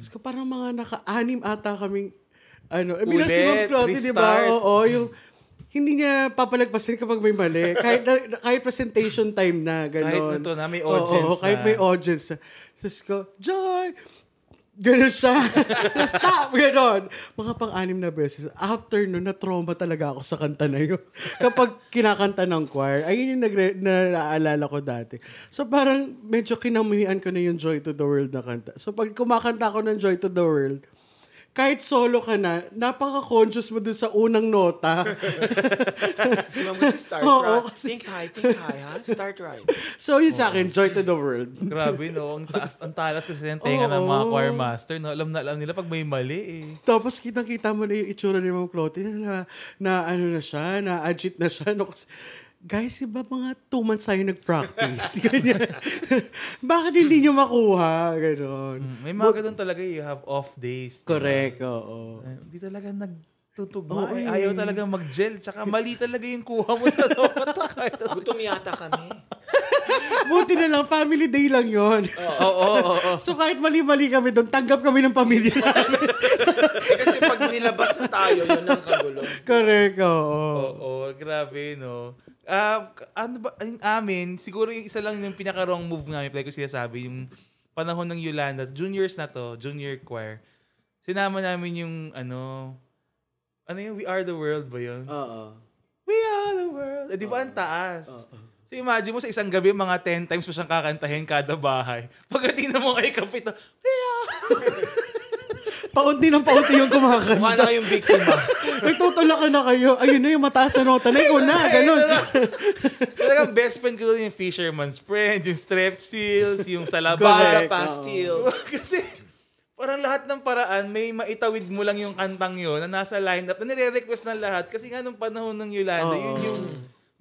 So parang mga naka-anim ata kaming, ano, eh, bilang si Ma'am Ulit, Clotty, di ba? restart. Oo, yung, hindi niya papalagpasin kapag may mali. Kahit, na- kahit presentation time na, gano'n. Kahit na to na, may audience Oo, kahit na. may audience na. Sus ko, Joy! Ganun siya. <laughs> Stop! Ganun. Mga pang-anim na beses. After nun, na-trauma talaga ako sa kanta na yun. <laughs> Kapag kinakanta ng choir, ayun yung nagre- na naaalala ko dati. So parang medyo kinamuhian ko na yung Joy to the World na kanta. So pag kumakanta ako ng Joy to the World, kahit solo ka na, napaka-conscious mo dun sa unang nota. <laughs> Si Ma'am kasi Star Oo, Trek. kasi- Think high, think high ha. Star Trek. so yun sa akin, Joy to the World. <laughs> Grabe, no? Ang taas, ang talas kasi yung tenga ng Oo. mga choir master, no? Alam na alam nila pag may mali, eh. Tapos kitang-kita mo na yung itsura ni Ma'am Clotin na, na ano na siya, na agit na siya. No? Kasi, guys, iba mga two months tayo nag-practice. <laughs> Ganyan. Bakit hindi nyo makuha? Ganon. May mga ganun talaga, eh. you have off days. di ba? Correct, oo. Eh, Hindi talaga nagtutugma. Oo, eh. eh. Ayaw talaga mag-gel. Tsaka mali talaga yung kuha mo sa <laughs> nota. Kahit ano. Gutom yata kami. Buti na lang, family day lang yon. Oo, oo, oo. So kahit mali-mali kami doon, tanggap kami ng pamilya. <laughs> Eh, kasi pag nilabas na tayo, yun ang kagulo. Correct, oo. Oo, grabe, no? Ah, k- ano ba, yung amin, siguro yung isa lang yung pinaka-wrong move namin, like ko sinasabi, yung panahon ng Yolanda, juniors na to, junior choir, sinama namin yung, ano, ano yung We Are The World ba yun? Oo. We Are The World. Eh, di ba, ang taas. So imagine mo sa isang gabi, mga 10 times mo siyang kakantahin kada bahay. <laughs> Pagdating na mo kay Kapito, We Are <laughs> The World. Paunti ng paunti yung Mukha kumakanta. na kayong biktima. Nagtutulakan na kayo. Ayun na yung mataas na nota. Na ikaw <laughs> na, ganun. Talagang best friend ko doon yung fisherman's friend, yung strep seals, yung Para salabada. Correct. pastilles. Diba? Diba? <laughs> Kasi parang lahat ng paraan, may maitawid mo lang yung kantang yun na nasa lineup na nire-request ng lahat. Kasi nga nung panahon ng Yolanda, yun Oo. yung,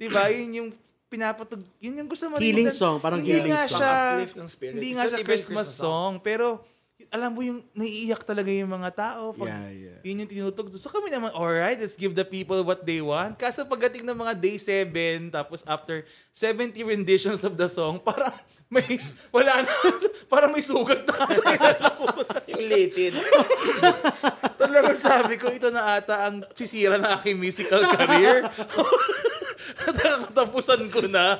di ba, yun yung pinapatug, yun yung gusto mo Healing song, parang hindi healing nga song. Siya, Uplift ng spirit. Hindi It's nga not siya even Christmas, Christmas song, pero alam mo yung naiiyak talaga yung mga tao. Pag, Yeah, yeah. Yun yung tinutugtog. So kami naman, alright, let's give the people what they want. Kaso pagdating ng mga day 7, tapos after 70 renditions of the song, parang may, <laughs> wala na, parang may sugat na. Yung litid. <laughs> Talagang sabi ko, ito na ata ang sisira na aking musical <laughs> career. Tapusan ko na.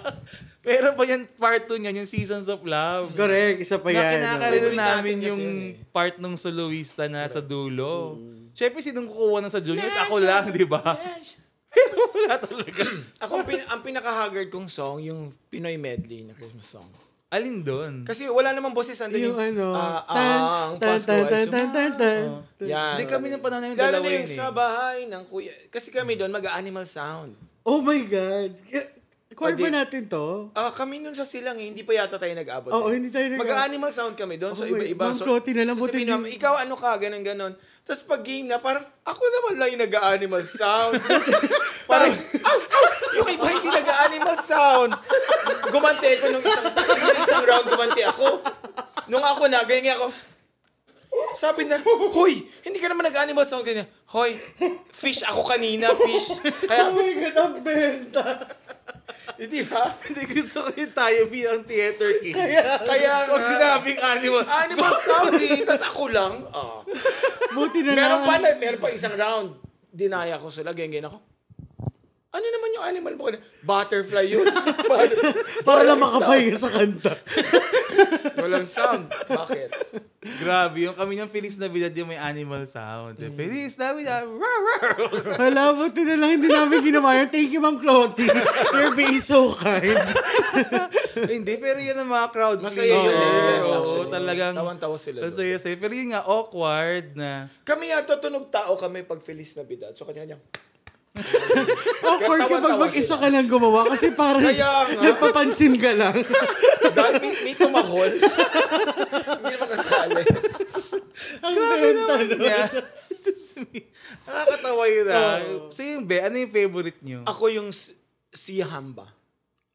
Pero pa yung part 2 niyan, yung Seasons of Love. Correct, isa pa na yan. kinakarino Favorite namin natin kasi yung yun eh. Mm. part nung soloista na sa dulo. Siyempre, sinong kukuha ng sa juniors? Ako lang, di ba? Pero <laughs> wala talaga. Ako, pin- ang pinaka-haggard kong song, yung Pinoy medley na Christmas song. Alin doon? Kasi wala namang boses andun Yung ano, ah, ah, tan, ang tan, Pasko tan, ay tan, sum- tan, tan, tan. Yan. Hindi kami ng panahon namin Lalo dalawa na yun yung eh. sa bahay ng kuya. Kasi kami doon, mag-animal sound. Oh my God. Choir ba Pwede. natin to? Ah, kami nun sa silang eh, hindi pa yata tayo nag-abot. Oo, eh. hindi tayo nag- Mag-animal sound kami doon. so, Ano Oh my- iba-iba. Ma'am So, Clotty na lang, buti sasabihin naman, hindi- ikaw ano ka, ganun, ganun. Tapos pag game na, parang, ako naman lang yung nag-animal <laughs> sound. parang, "Aw, aw!" yung iba hindi nag-animal sound. Gumante ko nung isang, nung isang round, gumante ako. Nung ako na, ganyan ako. Sabi na, Hoy, hindi ka naman nag-animal sound kanya. Hoy, fish ako kanina, fish. Oh Kaya, my God, ang benta. <laughs> hindi ba? Hindi gusto ko yung tayo bilang theater kids. Kaya, Pag sinabing animal, animal sound eh. Tapos ako lang. ah. Buti na Meron lang. pa, na, meron pa isang round. Dinaya ko sila, genggen ako. Ano naman yung animal mo? Butterfly <laughs> yun. Para lang Walang sound. makapahinga sa kanta. Walang sound. Bakit? grabe yung kami ng Feliz Navidad yung may animal sound. Mm. Eh, Feliz Navidad! Rawr, rawr. Wala, buti na lang. Hindi namin ginawa yun. Thank you, Ma'am Clotty. You're being so kind. Eh, Hindi, pero yun ang mga crowd Masaya pleaser. yun. Yes, Oo, actually. talagang. Tawan-tawa sila doon. Masaya sa'yo. Pero yun nga, awkward na. Kami yata tunog tao kami pag Feliz Navidad. So kanya-kanya. Awkward kapag Tawa-tawa mag-isa sila. ka lang gumawa kasi parang Kaya nga. nagpapansin ka <laughs> lang. Dahil may, may tumahol. <laughs> hindi naman kasali. Ang benta. no? Yeah. <laughs> Diyos me. Nakakatawa yun ah. So yung Be, ano yung favorite nyo? Oh. Ako yung s- si Hamba.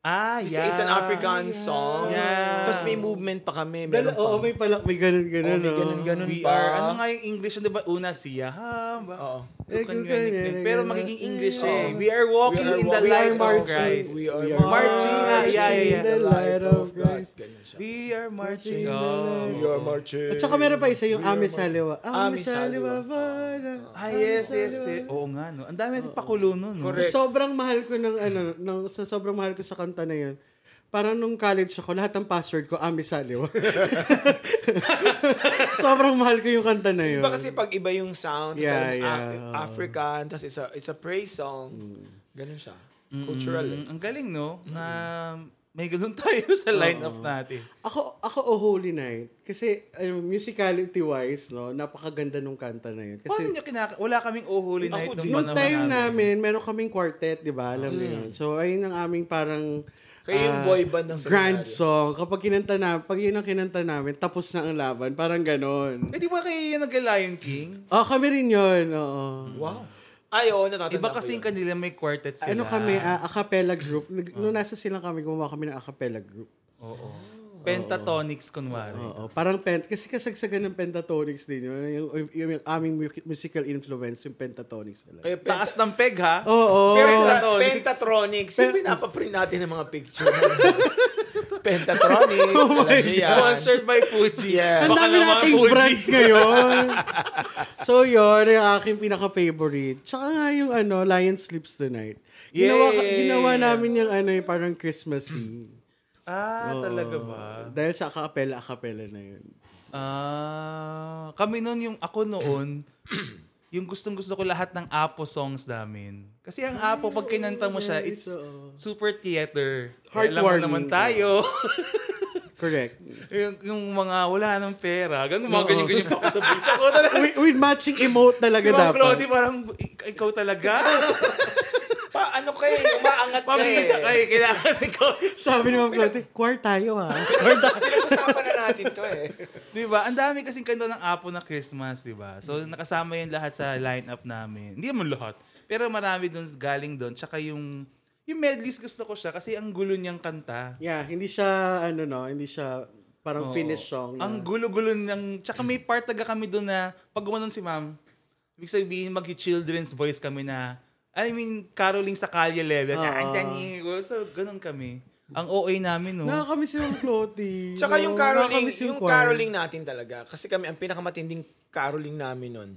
Ah, Kasi it's an African song. Yeah. Tapos may movement pa kami. Dala, Meron pa. oo, may pala, may ganun-ganun. Oo, no? may ganun-ganun. We pa. are, ano nga yung English yun, di ba? Una siya, ha? Ba? Oo. Lukan yun, yun. Pero magiging English eh. Oo. We are walking We are in the walking. light oh, We are of marching. Christ. We are marching. Ah, yeah, yeah, yeah. in the light of Christ. Ganyan siya. We are marching. Marching in the Oh. We are marching. At saka meron pa isa yung Ame Saliwa. Ame Ame Saliwa. Saliwa, wala. Ah, yes, yes, yes. Oo nga, no. Ang dami natin pakulo nun, no? Correct. Sa sobrang mahal ko ng ano, ng, sa sobrang mahal ko sa kanta na yun, parang nung college ako, lahat ng password ko, Ami Saliwa. <laughs> sobrang mahal ko yung kanta na yun. Iba kasi pag iba yung sound, tas Yeah, ang yeah, Af- oo. African, tapos it's a, it's a praise song. Ganun siya. Cultural eh. Mm, ang galing, no? Na may ganun <laughs> tayo sa lineup natin. Ako, ako, Oh Holy Night. Kasi, ano, musicality-wise, no, napakaganda nung kanta na yun. Paano Kasi, nyo kinaka... Wala kaming Oh Holy Night Ako nung din. nung panahon time namin, meron kaming quartet, di ba? Alam niyo yun. So, ayun ang aming parang... Mm. Kayo yung ah, boy band ng Grand seminaryo. song. Kapag kinanta na, pag yun ang kinanta namin, tapos na ang laban. Parang ganon. Eh, di ba kayo yung nag-Lion King? Oh, kami rin yun. Oo. Wow. Ay, oo, natatanda Iba ko kasi yun. yung kanila may quartet sila. Ano kami, Ano ah, a cappella group. Nag- Nung nasa silang kami, gumawa kami ng a cappella group. Oh. Oo. Pentatonics, kunwari. Oo, parang pent kasi kasagsagan ng pentatonics din yun. Yung, yung, yung aming mu- musical influence, yung pentatonics talaga. Kaya penta- Taas ng peg, ha? Oo. Oh, Pero sila, Pentatonix. Pentatronics, yung pinapaprint natin ng mga picture. Pentatronics, alam niyo yan. Sponsored by Fuji. Yeah. Eh, Ang Baka dami naman, nating Fuji. brands <laughs> ngayon. so yun, yung aking pinaka-favorite. Tsaka nga yung ano, Lion Sleeps Tonight. Ginawa, ka- Yeah. ginawa namin yung ano, yung parang Christmassy. Ah, talaga ba? Dahil sa acapella, acapella na yun. Ah, kami noon yung ako noon, <clears throat> yung gustong gusto ko lahat ng Apo songs namin. Kasi ang Apo, pag kinanta mo siya, it's super theater. Eh, Alam mo Heartwarming. naman tayo. <laughs> Correct. yung, yung mga wala ng pera, hanggang mga ganyan-ganyan pa ako sa bulsa ko talaga. with, with matching emote talaga Si Ma'am dapat. Claudie parang, "Ik- ikaw <laughs> talaga? Pa, ano kayo, umaangat kayo. Pamilita ka eh, kailangan ikaw. Sabi ni Ma'am Claudie, "Kwar tayo ah." ha. Pinag-usapan na natin to eh. <laughs> Di ba? Ang dami kasing kanta ng Apo na Christmas, di ba? So, nakasama yun lahat sa lineup namin. Hindi naman lahat. Pero marami doon galing doon. Tsaka yung, yung medleys gusto ko siya kasi ang gulo niyang kanta. <laughs> yeah, hindi siya, ano no, hindi siya parang finish song. Ang gulo-gulo niyang, tsaka may part taga kami doon na, pag gumanon si ma'am, ibig sabihin mag-children's voice kami na, I mean, caroling sa kalye level. Oo. Uh, so, ganun kami. Ang OA namin, no? Nakakami si Ma'am Claudie. Tsaka No, yung caroling, nakakamiss yung choir. caroling natin talaga. Kasi kami, ang pinakamatinding caroling namin nun,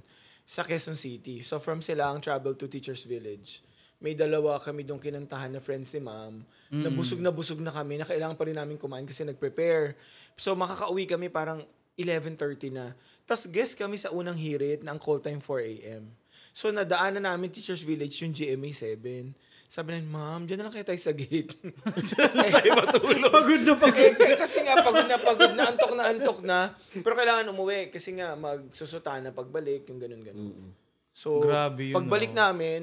sa Quezon City. So from sila ang travel to Teacher's Village. May dalawa kami doon kinantahan na friends ni ma'am. Mm. Nabusog na busog na kami na kailangan pa rin namin kumain kasi nag-prepare. So makakauwi kami parang 11.30 na. Tapos guest kami sa unang hirit na ang call time 4 a.m. So nadaanan namin Teacher's Village yung GMA 7. Sabi namin, ma'am, dyan na lang kayo tayo sa gate. <laughs> Pagod na pagod. Eh, k- kasi nga, pagod na pagod na, antok na antok na. Pero kailangan umuwi kasi nga, magsusuta na pagbalik, yung ganun ganun. So, Grabe yun, pagbalik no? namin,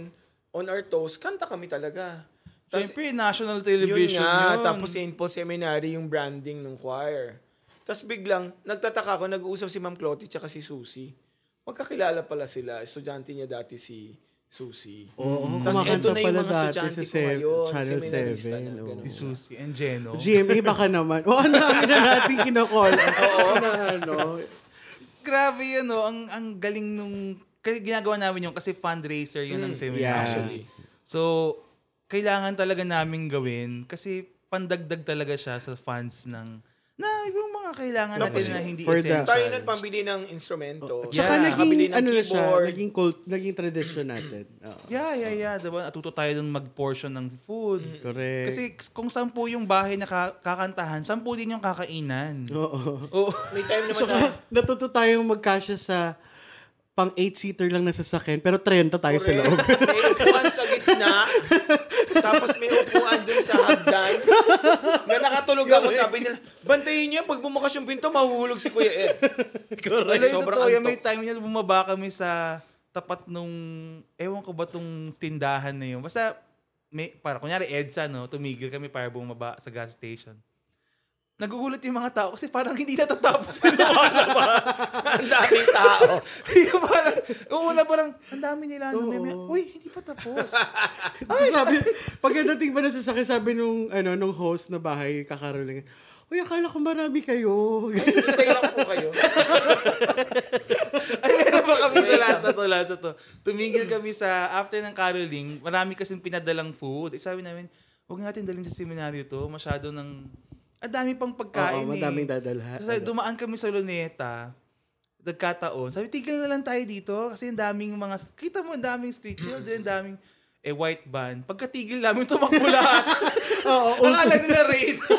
on our toes, kanta kami talaga. Tapos, Siyempre, national yun television yun. nga, tapos St. Paul Seminary yung branding ng choir. Tapos biglang, nagtataka ako, nag-uusap si Ma'am Clotty tsaka si Susie. Magkakilala pala sila, estudyante niya dati si Susie. Oo, Tapos Mm. kumakanta ito na yung pala mga dati estudyante sa ko seven- eh, ngayon, Channel seminarista 7, na, oo. ganun. si Susie and Jeno. <laughs> GMA baka naman. Oo, ang dami na natin kinakall. Oo. Na, ano, grabe yun, no? Ang, ang galing nung... Kasi ginagawa namin yun kasi fundraiser yun ang seminar. yeah. Actually. So, kailangan talaga namin gawin kasi pandagdag talaga siya sa fans ng na yung mga kailangan natin Tapos na hindi for the- essential. Tayo nun pambili ng Oh, instrumento. Tsaka Yeah. Nakabili naging, ng ano na siya, keyboard. naging cult, naging tradition natin. Oo. Yeah, yeah, yeah. Diba? Natuto tayo dun mag-portion ng food. Correct. Kasi kung sampu yung bahay na ka- kakantahan, sampu din yung kakainan. Oo. Oo. May time naman <laughs> na, Tsaka natuto tayong magkasya sa pang 8-seater lang na sasakyan, pero 30 tayo sa loob. Correct. May upuan sa gitna. tapos may upuan dun sa hagdan. Na nakatulog ako. Sabi nila, bantayin niyo yan. Pag bumukas yung pinto, mahuhulog si Kuya Ed. Alam Correct. yung Sobrang totoo, yan, may antok. time na bumaba kami sa tapat nung, ewan ko ba tong tindahan na yun. Basta, may, para, kunyari EDSA, no, tumigil kami para bumaba sa gas station. Nagugulat yung mga tao kasi parang hindi natatapos <laughs> sila. Ang daming tao. <laughs> Yung parang, yung una parang, ang dami nila, ano, may, may, Oo. uy, hindi pa tapos. Tapos <laughs> sabi, pagdating pa na sa sasakyan, sabi nung, ano, nung host na bahay, kakarol lang, Uy, akala ko marami kayo. <laughs> Hintay lang po kayo. Ay, meron pa kami sa last na to, last na to. Tumigil kami sa, after ng caroling, marami kasing pinadalang food. Eh, sabi namin, huwag natin dalhin sa seminaryo to, masyado ng, ang dami pang pagkain Oo, eh. madaming dadalha. ano. So, sabi, dumaan kami sa Luneta, nagkataon. Sabi, tigil na lang tayo dito kasi ang daming mga, kita mo ang daming street children, ang daming, eh, white van. Pagkatigil namin, tumakbo lahat. <laughs> Oo, uso, Akala nila raid. <laughs>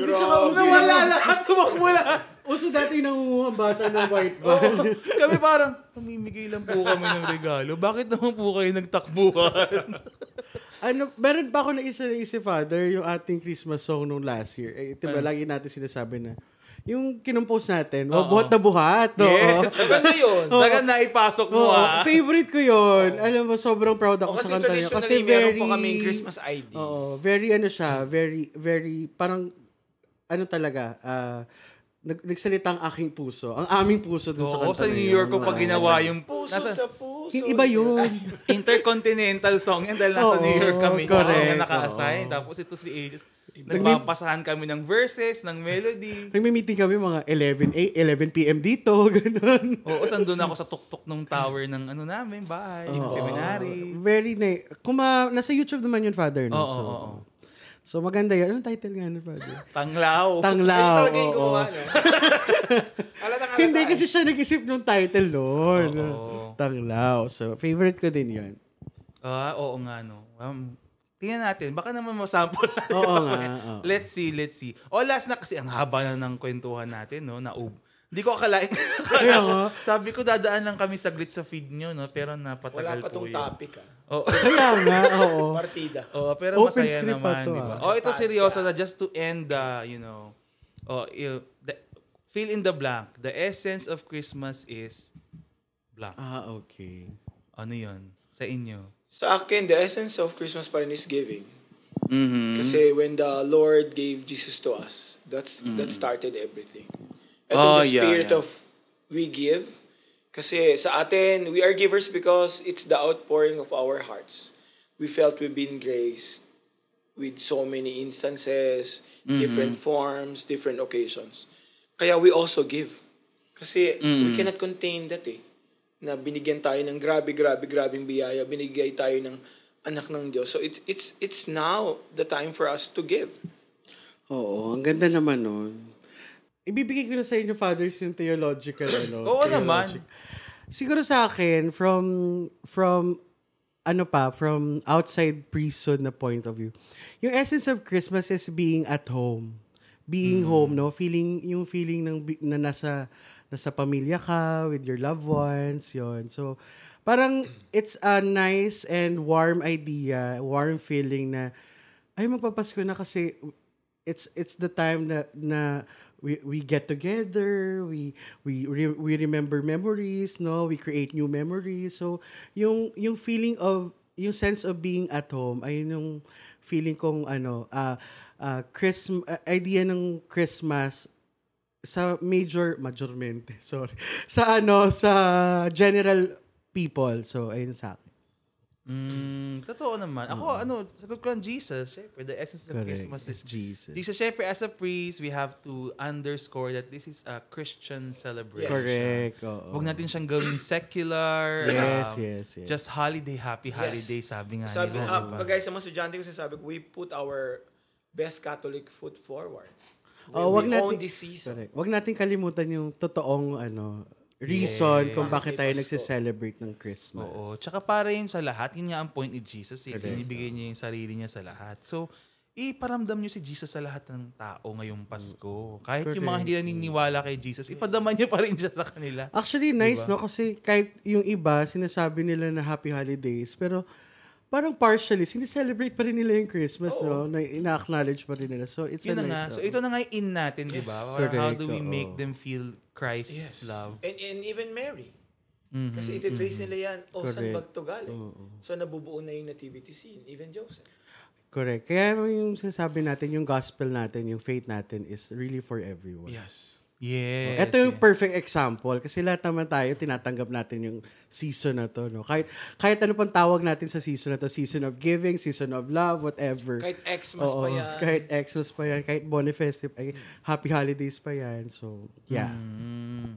Nawala lahat, tumakbo lahat. uso dati yung nangunguha ang bata ng white van. kami parang, pamimigay lang po kami ng regalo. Bakit naman po kayo nagtakbuhan? <laughs> ano, meron pa ako na isa na isip, Father, yung ating Christmas song nung last year. Eh, diba, Ano? lagi natin sinasabi na, yung kinumpose natin, Oo. buhat na buhat. oo. <laughs> Yes. <laughs> Maganda yun. Talaga naipasok mo Oo, ah. favorite ko yun. Alam mo, sobrang proud O, ako kasi sa kanta niya. traditionally, Kasi meron very... po kaming Christmas ID. Oo, very ano siya, very, very, parang, ano talaga, ah, nag, nagsalita ang aking puso, ang aming puso dun sa Oo, sa kanta na New yun. York ko pag ginawa yung Puso nasa sa puso. Yung iba yun. <laughs> intercontinental song yan dahil nasa Oo, New York kami correct, na naka-assign. Tapos ito si Aegis. Nagpapasahan kami ng verses, ng melody. Nagme-meeting kami mga 11 a 11 p.m. dito, <laughs> ganun. Oo, sandun ako sa tuktok ng tower ng ano namin, bahay, ng seminary. Very nice. Kuma, nasa YouTube naman yun, Father. No? Oo, so, oo, oo. so, maganda yun. Anong title nga nun, Father? Tanglaw. Tanglaw. Ayun talaga yung oo. gumawa, <laughs> no? Alatang alata. Hindi kasi siya nag-isip ng title noon. Oo. Tanglaw. So, favorite ko din yun. Ah, oo nga no. Um, tingnan natin, baka naman masample natin. Oo Baka nga, may- oo. Let's see, let's see. O last na kasi ang haba na ng kwentuhan natin, no, na ub. Hindi ko akalain. <laughs> Kaya nga. Sabi ko dadaan lang kami saglit sa feed nyo, no, pero Wala napatagal pa tong po yun. topic, ah. Oo. <laughs> Kaya nga, <laughs> oo. Partida. Oo, pero Open masaya script naman, pa to, di ba? ah. Oh, ito Taas, seryoso na just to end the, you know, oh, you- the- fill in the blank. The essence of Christmas is blank. Ah, okay. Ano 'yon? Sa inyo. Sa akin, the essence of Christmas pa rin is giving. Mhm. Kasi when the Lord gave Jesus to us, that's that started everything. Ito Oh, the Mm-hmm. yeah, spirit yeah. of we give. Kasi sa atin, we are givers because it's the outpouring of our hearts. We felt we've been graced with so many instances, Mm-hmm. different forms, different occasions. Kaya we also give. Kasi Mm-hmm. we cannot contain that eh. Na binigyan tayo ng grabe, grabe, grabing biyaya. Binigay tayo ng anak ng Diyos. So it's, it's, it's now the time for us to give. Oo, ang ganda naman nun. Ibibigay ko na sa inyo, fathers, yung <laughs> theological, ano? Oo naman. theologic. Siguro sa akin, from, from, ano pa, from outside prison na point of view, yung essence of Christmas is being at home. Being home, no? Feeling, yung feeling ng, bi- na nasa, nasa pamilya ka, with your loved ones, yon So, parang, it's a nice and warm idea, warm feeling na, ay, magpapasko na kasi it's it's the time na na we we get together, we we re, we remember memories, no? We create new memories. So yung yung feeling of yung sense of being at home ay yung feeling kong ano ah ah, Christm- ah, idea ng Christmas sa major majormente <laughs> sorry sa ano sa general people so ayun sa akin Mm, totoo naman. Ako, ano, sagot ko lang Jesus. Syempre, the essence of Correct. Christmas is It's Jesus. Jesus, syempre, as a priest, we have to underscore that this is a Christian celebration. Correct. Oo. Huwag natin siyang gawing secular. um, Yes, yes, yes. Just holiday, happy holiday, sabi nga Sabi, nila. ah, diba? pag guys, sa mga estudyante ko, sinasabi ko, we put our best Catholic foot forward. We, Oh, wag we natin own this season. Correct. Wag natin kalimutan yung totoong ano reason kung bakit tayo Bakit Pasko? nagse-celebrate ng Christmas. Oo. Tsaka para yun sa lahat, yun nga ang point ni Jesus. Eh. Correct. Binibigay niya yung sarili niya sa lahat. So, iparamdam niyo si Jesus sa lahat ng tao ngayong Pasko. Kahit yung mga Correct. hindi naniniwala kay Jesus, ipadama niyo pa rin siya sa kanila. Actually, nice, no? Kasi kahit yung iba, sinasabi nila na happy holidays, pero parang partially, sineselebrate pa rin nila yung Christmas, no? Na ina-acknowledge pa rin nila. So, it's Yun na a nga. nice... So, oh. ito na nga yung in natin, di ba? Parang Correct, How do we oo. make them feel Christ's love? Mm-hmm. And, and even Mary. Kasi ititrace nila yan, oh, Correct. saan ba ito galing? So, nabubuo na yung nativity scene, even Joseph. Correct. Kaya yung sinasabi natin, yung gospel natin, yung faith natin is really for everyone. Yes. Yes. Ito yung perfect example kasi lahat naman tayo tinatanggap natin yung season na to, no? Kahit kahit ano pang tawag natin sa season na to, season of giving, season of love, whatever. Kahit Xmas Oo, pa yan. Kahit Xmas pa yan, kahit Boniface, ay, happy holidays pa yan. So, yeah. Mm.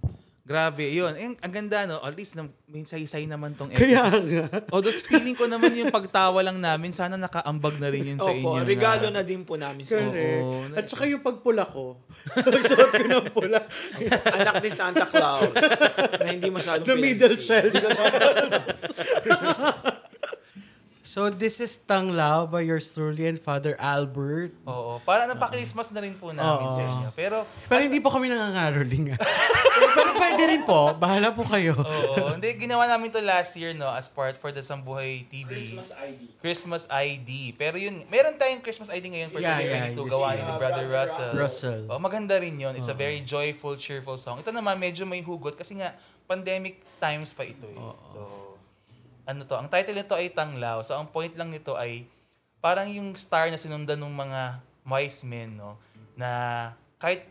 Grabe, yun. Ang, ang ganda, no? At least, nam- may say naman tong Kaya <laughs> nga. Although feeling ko naman yung pagtawa lang namin, sana nakaambag na rin yun sa inyo. Opo, na- regalo na din po namin sa inyo. Correct. Oo. At saka yung pagpula ko. <laughs> Nagsuot ko ng pula. Anak ni Santa <laughs> Claus na hindi masyadong The middle pinansin. child. <laughs> so, this is Tang Lao by yours truly and Father Albert. Oo, para napaka-Christmas na rin po namin Oo. sa inyo. Pero, Pero hindi po kami nangangaroling. <laughs> ah. Pero pwede rin po. Bahala po kayo. oo, hindi, ginawa namin to last year, no, as part for the Sambuhay TV. Christmas ID. Christmas ID. Pero yun, meron tayong Christmas ID ngayon for Yeah, yeah, 2022 yeah. gawa ni Yeah, Brother Brother Russell. Russell. Oh, maganda rin yun. It's a very joyful, cheerful song. Ito naman, medyo may hugot kasi nga, pandemic times pa ito eh. So, ano to? Ang title nito ay Tanglaw. So, ang point lang nito ay parang yung star na sinundan ng mga wise men, no? Na kahit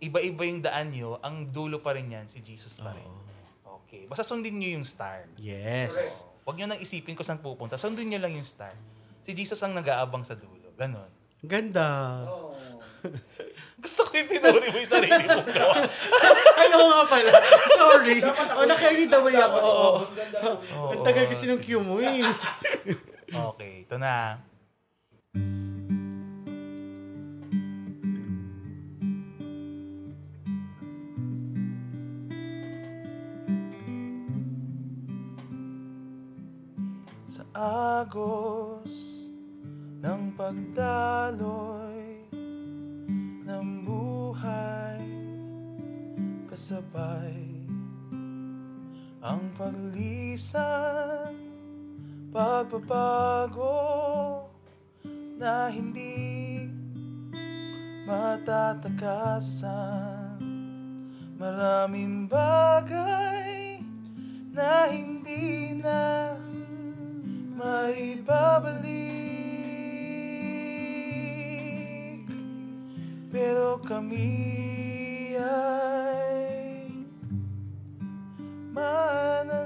iba-iba yung daan nyo, ang dulo pa rin yan, si Jesus pa rin. Okay. Basta sundin nyo yung star. Yes. Huwag nyo nang isipin kung saan pupunta. Sundin nyo lang yung star. Si Jesus ang nag-aabang sa dulo. Ganon. Ganda. Gusto ko yung pinuri mo yung sarili mo. Ayaw nga pala. Sorry. Oh, O, na-carry the way ako. Oo. <laughs> Ang tagal kasi ng cue mo eh. okay, ito na. Sa agos ng pagdaloy ng buhay kasabay ang paglisan pagbabago na hindi matatakasan maraming bagay na hindi na maibabalik pero kami ay mananali.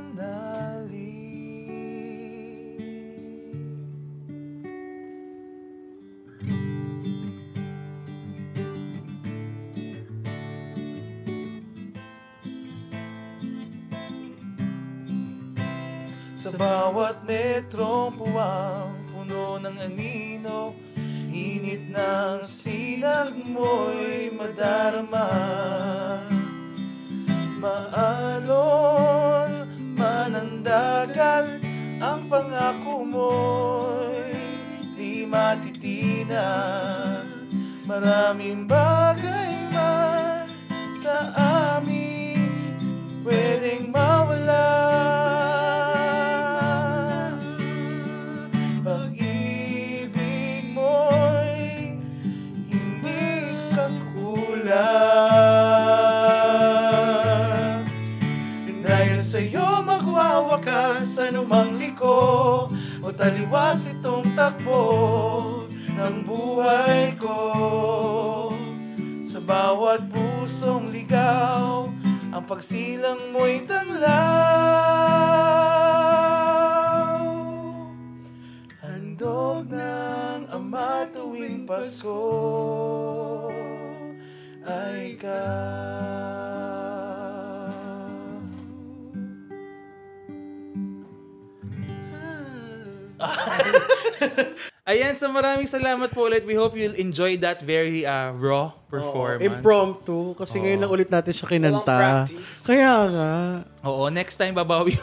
Sa bawat metrong buwang puno ng anino Init ng sinag mo'y madarama Maalon man ang dagat Ang pangako mo'y di matitinag Maraming bagay man sa amin Pwedeng mawala Pag-ibig mo'y hindi kakulang Dahil sa'yo magwawakas anumang liko O taliwas itong takbo ng buhay ko Sa bawat pusong ligaw Ang pagsilang mo'y tanglaw kasama tuwing Pasko ay ka. <laughs> Ayan, so maraming salamat po ulit. We hope you'll enjoy that very uh, raw performance. Impromptu. Kasi ngayon lang ulit natin siya kinanta. practice. Kaya nga. Oo, next time babawi.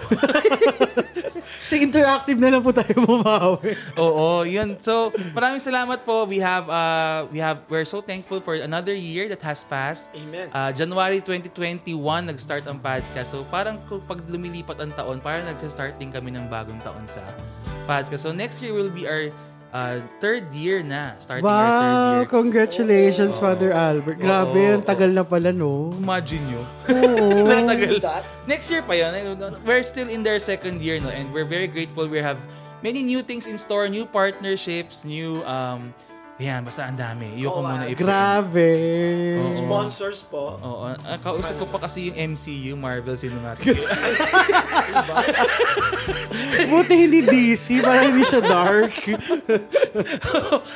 Kasi interactive na lang po tayo bumawi. Oo, yun. So, maraming salamat po. We have uh we have we're so thankful for another year that has passed. Amen. Uh, January 2021 nag-start ang podcast. So, parang kung pag lumilipat ang taon, parang nagsa-start din kami ng bagong taon sa podcast. So, next year will be our uh, third year na. Starting our third Wow! year. Congratulations, Father Albert. Grabe, Oo, ang tagal na pala, no? Imagine nyo. <laughs> Oo. Pero tagal. Next year pa yun. We're still in their second year, no? And we're very grateful. We have many new things in store, new partnerships, new, um, yan, basta ang dami. Ayoko Collabs. muna i Grabe. Mm. Sponsors po. Oo. Ang kausap ko pa kasi yung MCU, Marvel <laughs> Cinematic. Buti hindi DC, parang hindi siya dark.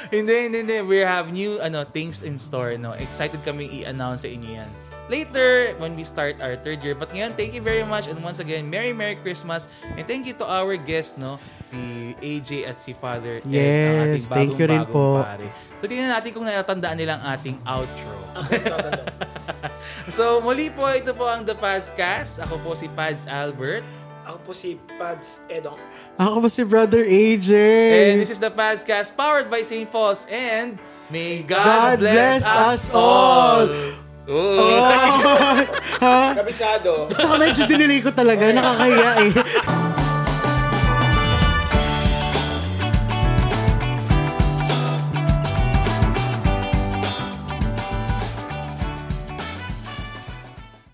hindi, hindi, hindi. We have new ano things in store, no? Excited kaming i-announce sa inyo yan. Later, when we start our third year. But ngayon, thank you very much. And once again, Merry Merry Christmas. And thank you to our guests, no? Si AJ at si Father Ed, ang ating Yes, thank you rin bagong-bagong po. pare. So, tingnan natin kung natatandaan nila ang ating outro. Tatanong. <laughs> so, muli po, ito po ang The Padscast. Ako po si Pads Albert. Ako po si Pads Edong. Ako pa si Brother AJ. And Eh, this is the Podcast powered by St. Paul's and may God, God bless, bless us us all. Ooh. Oh, ha? Kabisado. <laughs> Tsaka medyo dinilig ko talaga. Nakakahiya eh.